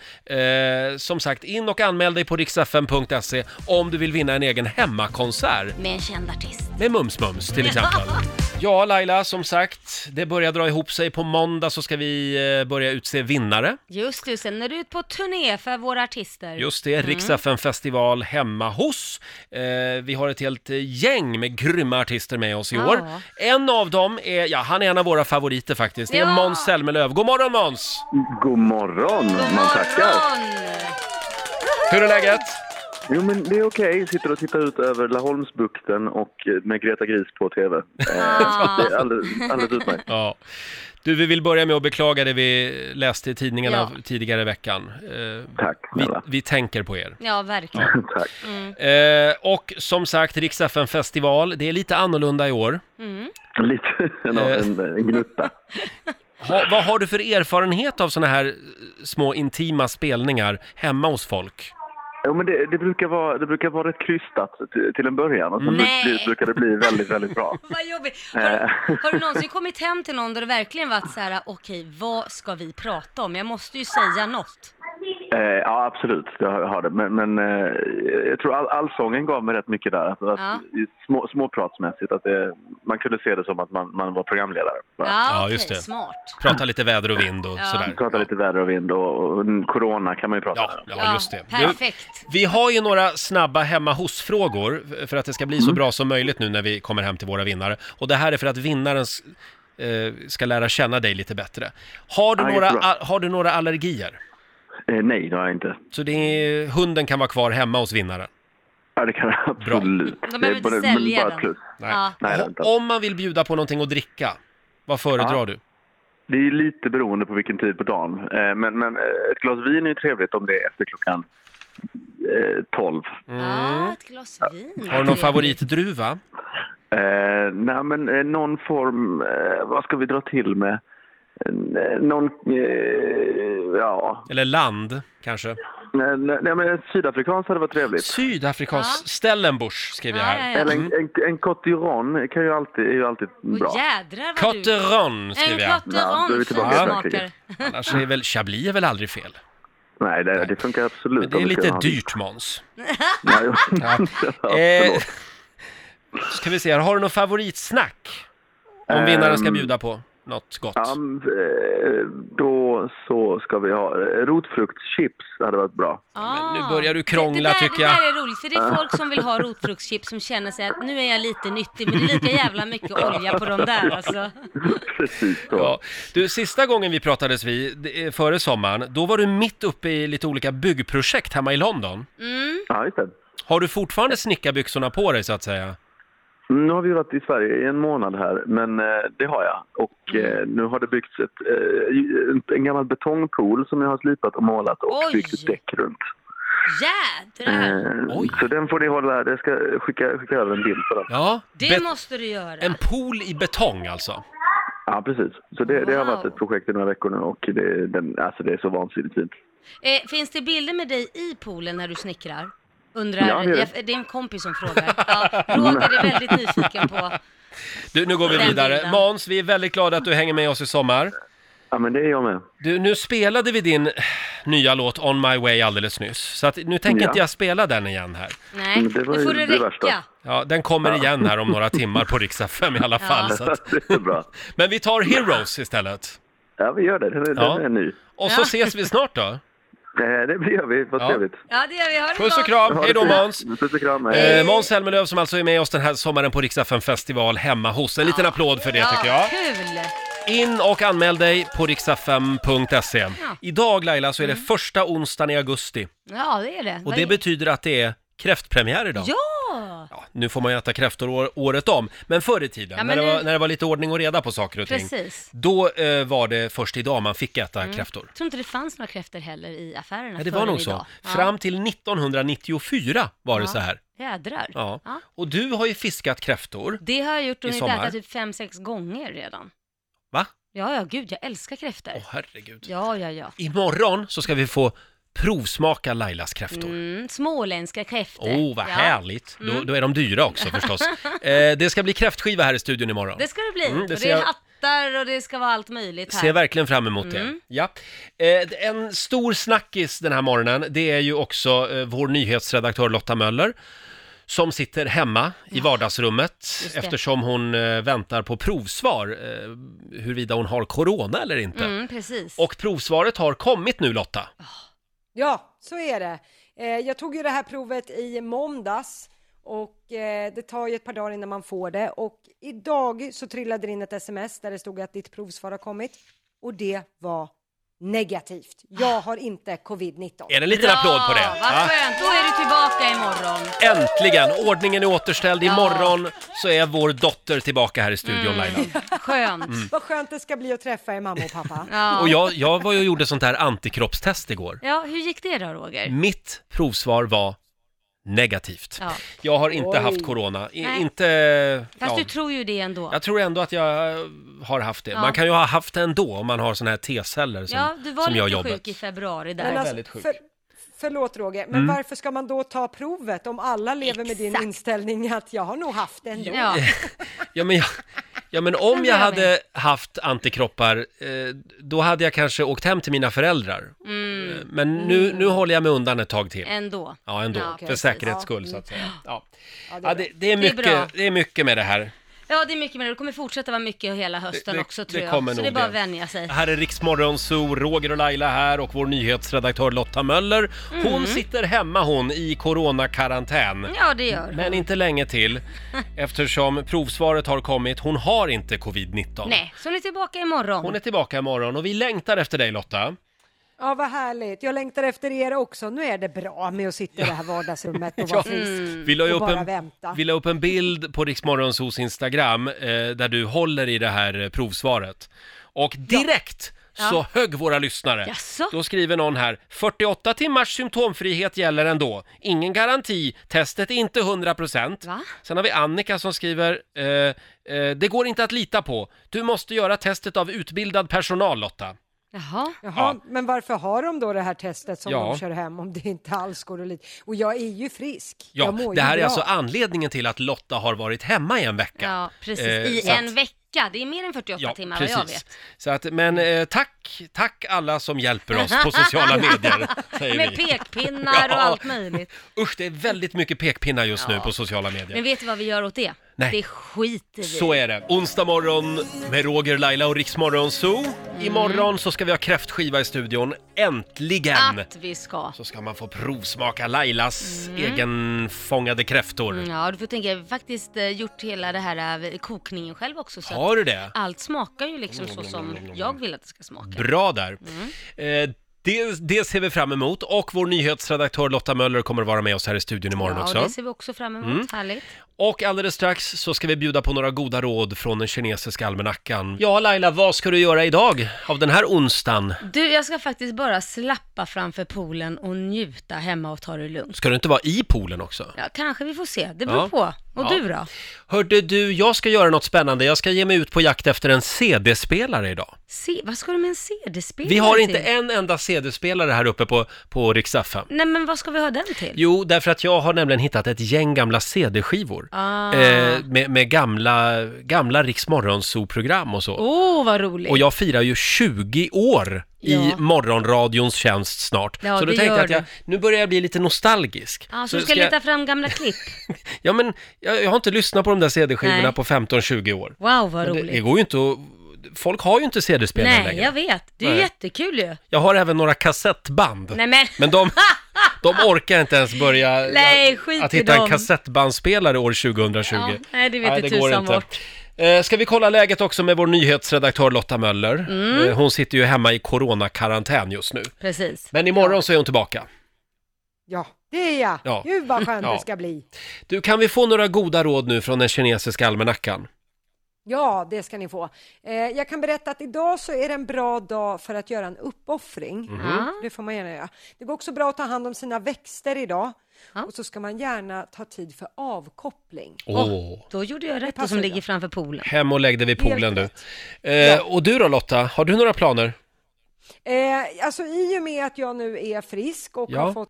Eh, som sagt, in och anmäl dig på riksfm.se om du vill vinna en egen hemmakonsert Med en känd artist. med Mums Mums till exempel. Ja, Laila, som sagt, det börjar dra ihop sig. På måndag så ska vi eh, börja utse vinnare. Just det, sen är du ute på turné för våra artister. Just det, Mm. Riksfn festival hemma hos. Eh, vi har ett helt eh, gäng med grymma artister med oss i Ja. år. En av dem är, ja, han är en av våra favoriter faktiskt. Det är Ja. Måns Zelmerlöw. God morgon Måns! God morgon, man tackar. Hur är läget? Jo, men det är okej. Sitter och tittar ut över Laholmsbukten och eh, med Greta Gris på tv. Eh, Ah. det är alldeles, alldeles utmärkt. Ja. Du, vi vill börja med att beklaga det vi läste i tidningarna Ja. tidigare i veckan. Eh, Tack, vi, vi tänker på er. Ja, verkligen. Tack. Mm. Eh, och som sagt, Rix FN festival, det är lite annorlunda i år. Mm. Lite en, en, en gnutta. Ha, vad har du för erfarenhet av såna här eh, små intima spelningar hemma hos folk? Jo, men det, det, brukar vara, det brukar vara rätt krystat till, till en början och sen Mm. bru- Nej. brukar det bli väldigt, väldigt bra. Vad jobbigt. Eh, Har du någonsin kommit hem till någon där det verkligen varit så här, okej, vad ska vi prata om? Jag måste ju säga något. eh, ja, absolut, jag har- har det. Men, men eh, jag tror all, allsången gav mig rätt mycket där. Alltså, att, Ja. i små, småpratsmässigt, att det, man kunde se det som att man, man var programledare. Ja, bara. okej, smart. Prata lite väder och vind och Ja. sådär. Prata lite väder och vind och, och corona kan man ju prata om. Ja, just det. Perfekt. Vi har ju några snabba hemma hos-frågor för att det ska bli Mm. så bra som möjligt nu när vi kommer hem till våra vinnare. Och det här är för att vinnaren s- eh, ska lära känna dig lite bättre. Har du, Ja, några, jättebra. a- har du några allergier? Eh, nej, det har jag inte. Så det är, hunden kan vara kvar hemma hos vinnaren? Ja, det kan jag absolut. De behöver inte sälja den. Ja. Nej, Ho- vänta. Om man vill bjuda på någonting att dricka, vad föredrar Ja. du? Det är ju lite beroende på vilken tid på dagen. Eh, Men, men eh, ett glas vin är ju trevligt om det är efter klockan eh, 12. Ja, ett glas vin. Mm. Har du någon favoritdruva? Eh, nej, men eh, någon form, eh, vad ska vi dra till med? Eh, Någon, eh, ja. Eller land, kanske? Nej, nej, nej, men sydafrikanskt hade varit trevligt. Sydafrikansk Stellenbosch skriver jag Ja, här. ja, ja. Eller en, en, en Cote d'Iron kan ju alltid, är ju alltid bra. Åh jädrar vad du... Cotteron skriver jag. En Ja, då cotteron är som vi tillbaka i smakar. Frankrike. Annars är väl Chablis är väl aldrig fel? Nej, det, det funkar absolut. Men det om är vi ska lite ha- dyrt Måns. Nej, jo. Eh, ska vi se här, har du någon favoritsnack? Om vinnaren ska Ehm, bjuda på något gott. Ja, men, eh, då så ska vi ha eh, rotfruktschips, hade varit bra. Ah. nu börjar du krångla, det där, tycker Det jag. där är roligt, för det är folk som vill ha rotfruktschips som känner sig att nu är jag lite nyttig, men det är lika jävla mycket olja på de där alltså. Precis så. Ja. Du, sista gången vi pratades vid, det är före sommaren, då var du mitt uppe i lite olika byggprojekt hemma i London. Mm. Ja, just det. Har du fortfarande snickarbyxorna på dig så att säga? Nu har vi varit i Sverige i en månad här, men eh, det har jag. Och Mm. eh, nu har det byggts ett, eh, en- en gammal betongpool som jag har slipat och målat och Oj. Äh, byggt ett däck runt. Mm. Jädrar! Eh, så den får ni hålla, jag ska skicka, skicka över en bild på den. Ja, Det bet- måste du göra. en pool i betong alltså. Ja, precis. Så det, det har Wow. varit ett projekt i några veckor nu och det, den, alltså det är så vansinnigt fint. Eh, finns det bilder med dig i poolen när du snickrar? Undrar, Ja, det är det. det. är en kompis som frågar. Ja, Roger är väldigt nyfiken på. Du, nu går vi Den vidare. bilden. Måns, vi är väldigt glada att du hänger med oss i sommar. Ja, men det är jag med. Du, nu spelade vi din nya låt On My Way alldeles nyss, så att nu tänker Ja. inte jag spela den igen här. Nej, Mm, Det var nu får ju det det räcka. värsta. Ja, den kommer igen här om några timmar på Rix FM i alla fall. Ja. Så att, det är bra. men vi tar Heroes istället. Ja, vi gör det. Den, är- Ja. den är ny. Och så ses vi snart då. Eh, Det gör vi. Vad Ja. trevligt. Ja, det gör vi. Ha det Puss gott. och kram, hej då Måns! Puss och kram. hej. Eh, Måns Zelmerlöw som alltså är med oss den här sommaren på Rix FM festival hemma hos. En liten applåd för det tycker jag. Ja, kul! In och anmäl dig på riksfm.se. Idag Laila så är det Mm. första onsdagen i augusti Ja, det är det. och Vad det är- betyder att det är kräftpremiär idag. Ja! Nu får man ju äta kräftor å- året om, men förr i tiden Ja, men när, det var, nu- när det var lite ordning och reda på saker och ting. Precis. Mm. Då eh, var det först idag man fick äta kräftor. Jag tror inte det fanns några kräftor heller i affärerna Ja, det var förrän nog så. idag. Fram till 1994 var det Ja. så här. Ja. Jädrar. Ja. Och du har ju fiskat kräftor. Det har jag gjort I och inte sommar. ätit typ fem, sex gånger redan. Va? Ja, ja, gud, jag älskar kräftor. Åh herregud. Ja, ja, ja. Imorgon så ska vi få provsmaka Lailas kräftor. Mm, småländska kräftor. Åh, oh, vad ja. härligt! Då, Mm. då är de dyra också förstås. eh, det ska bli kräftskiva här i studion imorgon. Det ska det bli. Mm, det och ser det är jag- hattar och det ska vara allt möjligt här. Ser verkligen fram emot det. Mm. Ja. Eh, en stor snackis den här morgonen, det är ju också eh, vår nyhetsredaktör Lotta Möller som sitter hemma i vardagsrummet Just det. eftersom hon eh, väntar på provsvar eh, huruvida hon har corona eller inte. Mm, precis. Och provsvaret har kommit nu Lotta. Ja, så är det. Eh, Jag tog ju det här provet i måndags och eh, det tar ju ett par dagar innan man får det och idag så trillade det in ett sms där det stod att ditt provsvar har kommit och det var negativt. Jag har inte covid-19. Är det en liten applåd på det? Ja, vad Ja. skönt. Då är du tillbaka imorgon. Äntligen! Ordningen är återställd. Imorgon så är vår dotter tillbaka här i studion Mm. Laila. Skönt. Vad skönt det ska bli att träffa er mamma och pappa. Ja. Mm. Och jag, jag var ju och gjorde sånt här antikroppstest igår. Mm, ja, hur gick det då, Roger? Mitt provsvar var negativt. Ja. Jag har inte Oj. haft corona. I, Nej. inte... Fast ja. du tror ju det ändå. Jag tror ändå att jag eh, har haft det. Ja. Man kan ju ha haft det ändå om man har såna här T-celler som, ja, du var som jag lite jobbar. sjuk i februari där. Jag var väldigt sjuk. alltså, För, förlåt Roger, men Mm. varför ska man då ta provet om alla lever med din inställning att jag har nog haft det ändå? Ja. Ja, men jag... Ja, men om jag Men det är hade haft antikroppar, eh, då hade jag kanske åkt hem till mina föräldrar. Eh, Mm. Men nu, nu håller jag mig undan ett tag till. Ändå. Ja, ändå. Ja, för precis. säkerhets Ja. skull, så att säga. Ja. det är Ja, det, bra. det, är Det är mycket, det, bra. är mycket med det här. Ja, det är mycket men det kommer fortsätta vara mycket hela hösten Det- det- också det tror kommer jag. Så nog det är bara det. att vänja sig. Här är Riksmorgon Zoo, Roger och Laila här och vår nyhetsredaktör Lotta Möller. Hon Mm. sitter hemma hon i coronakarantän. Ja, det gör Men inte länge till eftersom provsvaret har kommit. Hon har inte covid-19. Nej, så ni är tillbaka imorgon. Hon är tillbaka imorgon och vi längtar efter dig Lotta. Ja, vad härligt. Jag längtar efter er också. Nu är det bra med att sitta i det här vardagsrummet och vara frisk. Vi la ju och upp bara en, vänta. vi la upp en bild på Riksmorgonsos Instagram eh, där du håller i det här eh, provsvaret. Och direkt Ja. så högg våra lyssnare. Jaså? Då skriver någon här, 48 timmars symptomfrihet gäller ändå. Ingen garanti, testet är inte 100%. Va? Sen har vi Annika som skriver, eh, eh, det går inte att lita på. Du måste göra testet av utbildad personal Lotta. Jaha. Jaha, Ja. men varför har de då det här testet som Ja. de kör hem om det inte alls går att lita? Och jag är ju frisk. Ja, jag mår det ju här är bra. alltså anledningen till att Lotta har varit hemma i en vecka. Ja, precis. Eh, I så att- en vecka. Det är mer än 48 timmar vad jag vet. Så att, men eh, tack, tack alla som hjälper oss på sociala medier, säger Med vi. pekpinnar Ja. och allt möjligt. Usch, det är väldigt mycket pekpinnar just nu på sociala medier. Men vet du vad vi gör åt det? Nej. Det skiter vi i. Så är det. Onsdag morgon med Roger, Laila och Riksmorgon Zoo. Mm. Imorgon så ska vi ha kräftskiva i studion. Äntligen! Att vi ska. Så ska man få provsmaka Lailas Mm. egenfångade kräftor. Ja, du får tänka, jag har faktiskt eh, gjort hela det här eh, kokningen själv också. Så Har du att det? Allt smakar ju liksom så som jag vill att det ska smaka. Bra där. Mm. Eh, det, det ser vi fram emot och vår nyhetsredaktör Lotta Möller kommer att vara med oss här i studion imorgon Ja, också. och det ser vi också fram emot. Mm. Härligt. Och alldeles strax så ska vi bjuda på några goda råd från den kinesiska almanackan. Ja, Laila, vad ska du göra idag av den här onsdagen? Du, jag ska faktiskt bara slappa framför poolen och njuta hemma och ta det lugnt. Ska du inte vara i poolen också? Ja, kanske vi får se. Det beror Ja. på. Och Ja. du då? Hörde du, jag ska göra något spännande. Jag ska ge mig ut på jakt efter en CD-spelare idag. Se, vad ska du med en CD-spelare Vi har inte till? en enda CD-spelare här uppe på, på riksdag fem. Nej, men vad ska vi ha den till? Jo, därför att jag har nämligen hittat ett gäng gamla CD-skivor. Ah. Eh, med, med gamla, gamla Rix program och så. Åh, vad roligt. Och jag firar ju 20 år i Ja. morgonradions tjänst snart. Ja, så då det tänkte jag gör att jag, nu börjar jag bli lite nostalgisk. Ja, så, du ska, leta fram gamla klipp? Ja, men jag, jag har inte lyssnat på de där CD-skivorna Nej. på 15-20 år. Wow, vad Men det, det roligt. går ju inte att... Folk har ju inte CD-spelare Nej, längre. jag vet. Det är ju Nej. jättekul ju. Jag har även några kassettband. Nej, men... Men de, de orkar inte ens börja Nej, att- skit att i hitta en dem. kassettbandspelare år 2020. Ja, nej, det vet du tusan bort. Eh, Ska vi kolla läget också med vår nyhetsredaktör Lotta Möller? Mm. Eh, Hon sitter ju hemma i coronakarantän just nu. Precis. Men imorgon så är hon tillbaka. Ja, det är jag. Ja. Gud vad skönt Ja. det ska bli. Du, kan vi få några goda råd nu från den kinesiska almanackan? Ja, det ska ni få. Eh, jag kan berätta att idag så är det en bra dag för att göra en uppoffring. Mm, Mhm. Ah. Det får man gärna göra. Det går också bra att ta hand om sina växter idag. Och så ska man gärna ta tid för avkoppling. Åh. Åh, Då gjorde jag rätt passar och som ju ligger framför poolen. Hem och lägg dig vid Helt poolen du. Eh, och du då Lotta, har du några planer? Eh, alltså i och med att jag nu är frisk och Ja. har fått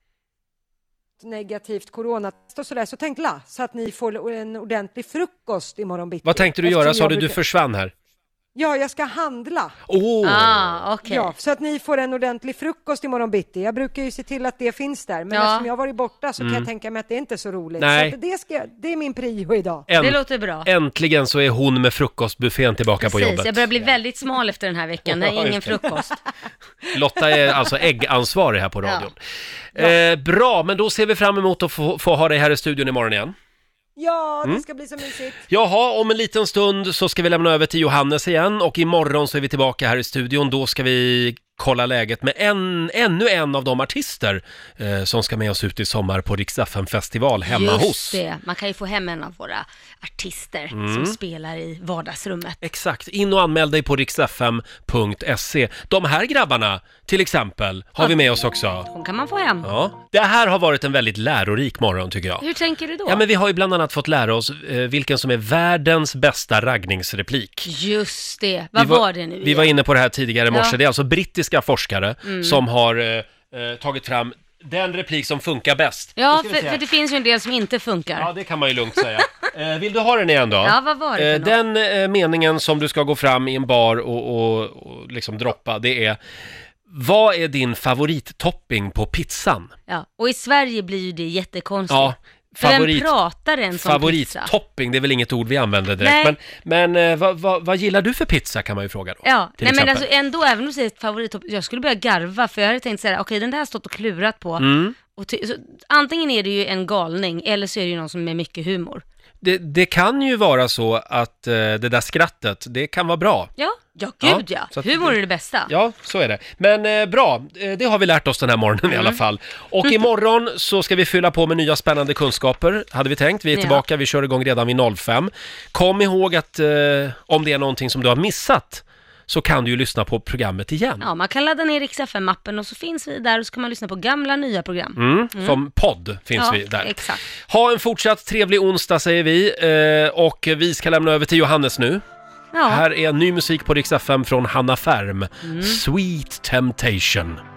negativt coronatest och sådär, så tänk la, så att ni får en ordentlig frukost imorgon bitti. Vad tänkte du göra? Eftersom Sa jag du du brukar- försvann här? Ja, jag ska handla. Åh! Ah, okej. Ja, så att ni får en ordentlig frukost imorgon bitti. Jag brukar ju se till att det finns där, men Ja. eftersom jag har varit borta så Mm. kan jag tänka mig att det är inte är så roligt. Nej. Så att det, ska, jag- det är min prio idag. Änt- bra. Äntligen så är hon med frukostbuffén tillbaka på Precis, jobbet. jag börjar bli väldigt smal efter den här veckan. Det Ja, är ingen just det. frukost. Lotta är alltså äggansvarig här på Ja. radion. Eh, bra, men då ser vi fram emot att få, få ha dig här i studion imorgon igen. Ja, det Mm. ska bli så mysigt. Jaha, om en liten stund så ska vi lämna över till Johannes igen och imorgon så är vi tillbaka här i studion. Då ska vi kolla läget med en, ännu en av de artister eh, som ska med oss ut i sommar på Riksdagen festival hemma Just hos. det, man kan ju få hem en av våra artister Mm. som spelar i vardagsrummet. Exakt, in och anmäl dig på riksfm.se. De här grabbarna, till exempel, har vi med oss också. De kan man få hem. Ja. Det här har varit en väldigt lärorik morgon tycker jag. Hur tänker du då? Ja, men vi har ju bland annat fått lära oss eh, vilken som är världens bästa raggningsreplik. Just det, vad vi var, det nu Vi var inne på det här tidigare i morse. Ja. Det är alltså brittiska forskare Mm. som har eh, eh, tagit fram den replik som funkar bäst. Då Ja, ska vi för, se för här. det finns ju en del som inte funkar. Ja, det kan man ju lugnt säga. Eh, vill du ha den igen då? Ja, vad var det för Eh, något? Den eh, meningen som du ska gå fram i en bar och, och, och liksom droppa, det är Vad är din favorittopping på pizzan? Ja, och i Sverige blir ju det jättekonstigt. Ja, För vem favorit- pratar ens om pizza? Favorittopping, det är väl inget ord vi använder direkt. Nej. Men, men eh, vad, vad, vad gillar du för pizza kan man ju fråga då. Ja, till nej men exempel. alltså ändå, även om du säger favorittopp, jag skulle börja garva för jag hade tänkt såhär, okej den där har jag stått och klurat på. Mm. Och ty- så, antingen är det ju en galning eller så är det ju någon som är mycket humor. det, det kan ju vara så att eh, det där skrattet, det kan vara bra. Ja, ja gud Ja, ja. så att- humor är det bästa. Ja, så är det. Men eh, bra, eh, det har vi lärt oss den här morgonen i Mm. alla fall. Och imorgon så ska vi fylla på med nya spännande kunskaper, hade vi tänkt. Vi är Ja. tillbaka, vi kör igång redan vid 05. Kom ihåg att eh, om det är någonting som du har missat så kan du ju lyssna på programmet igen. Ja, man kan ladda ner Rix FM-appen och så finns vi där och så kan man lyssna på gamla nya program. Mm, Som podd finns ja, vi där. exakt. Ha en fortsatt trevlig onsdag säger vi eh, och vi ska lämna över till Johannes nu. Ja. Mm. Här är ny musik på Rix FM från Hanna Färm. Sweet Temptation.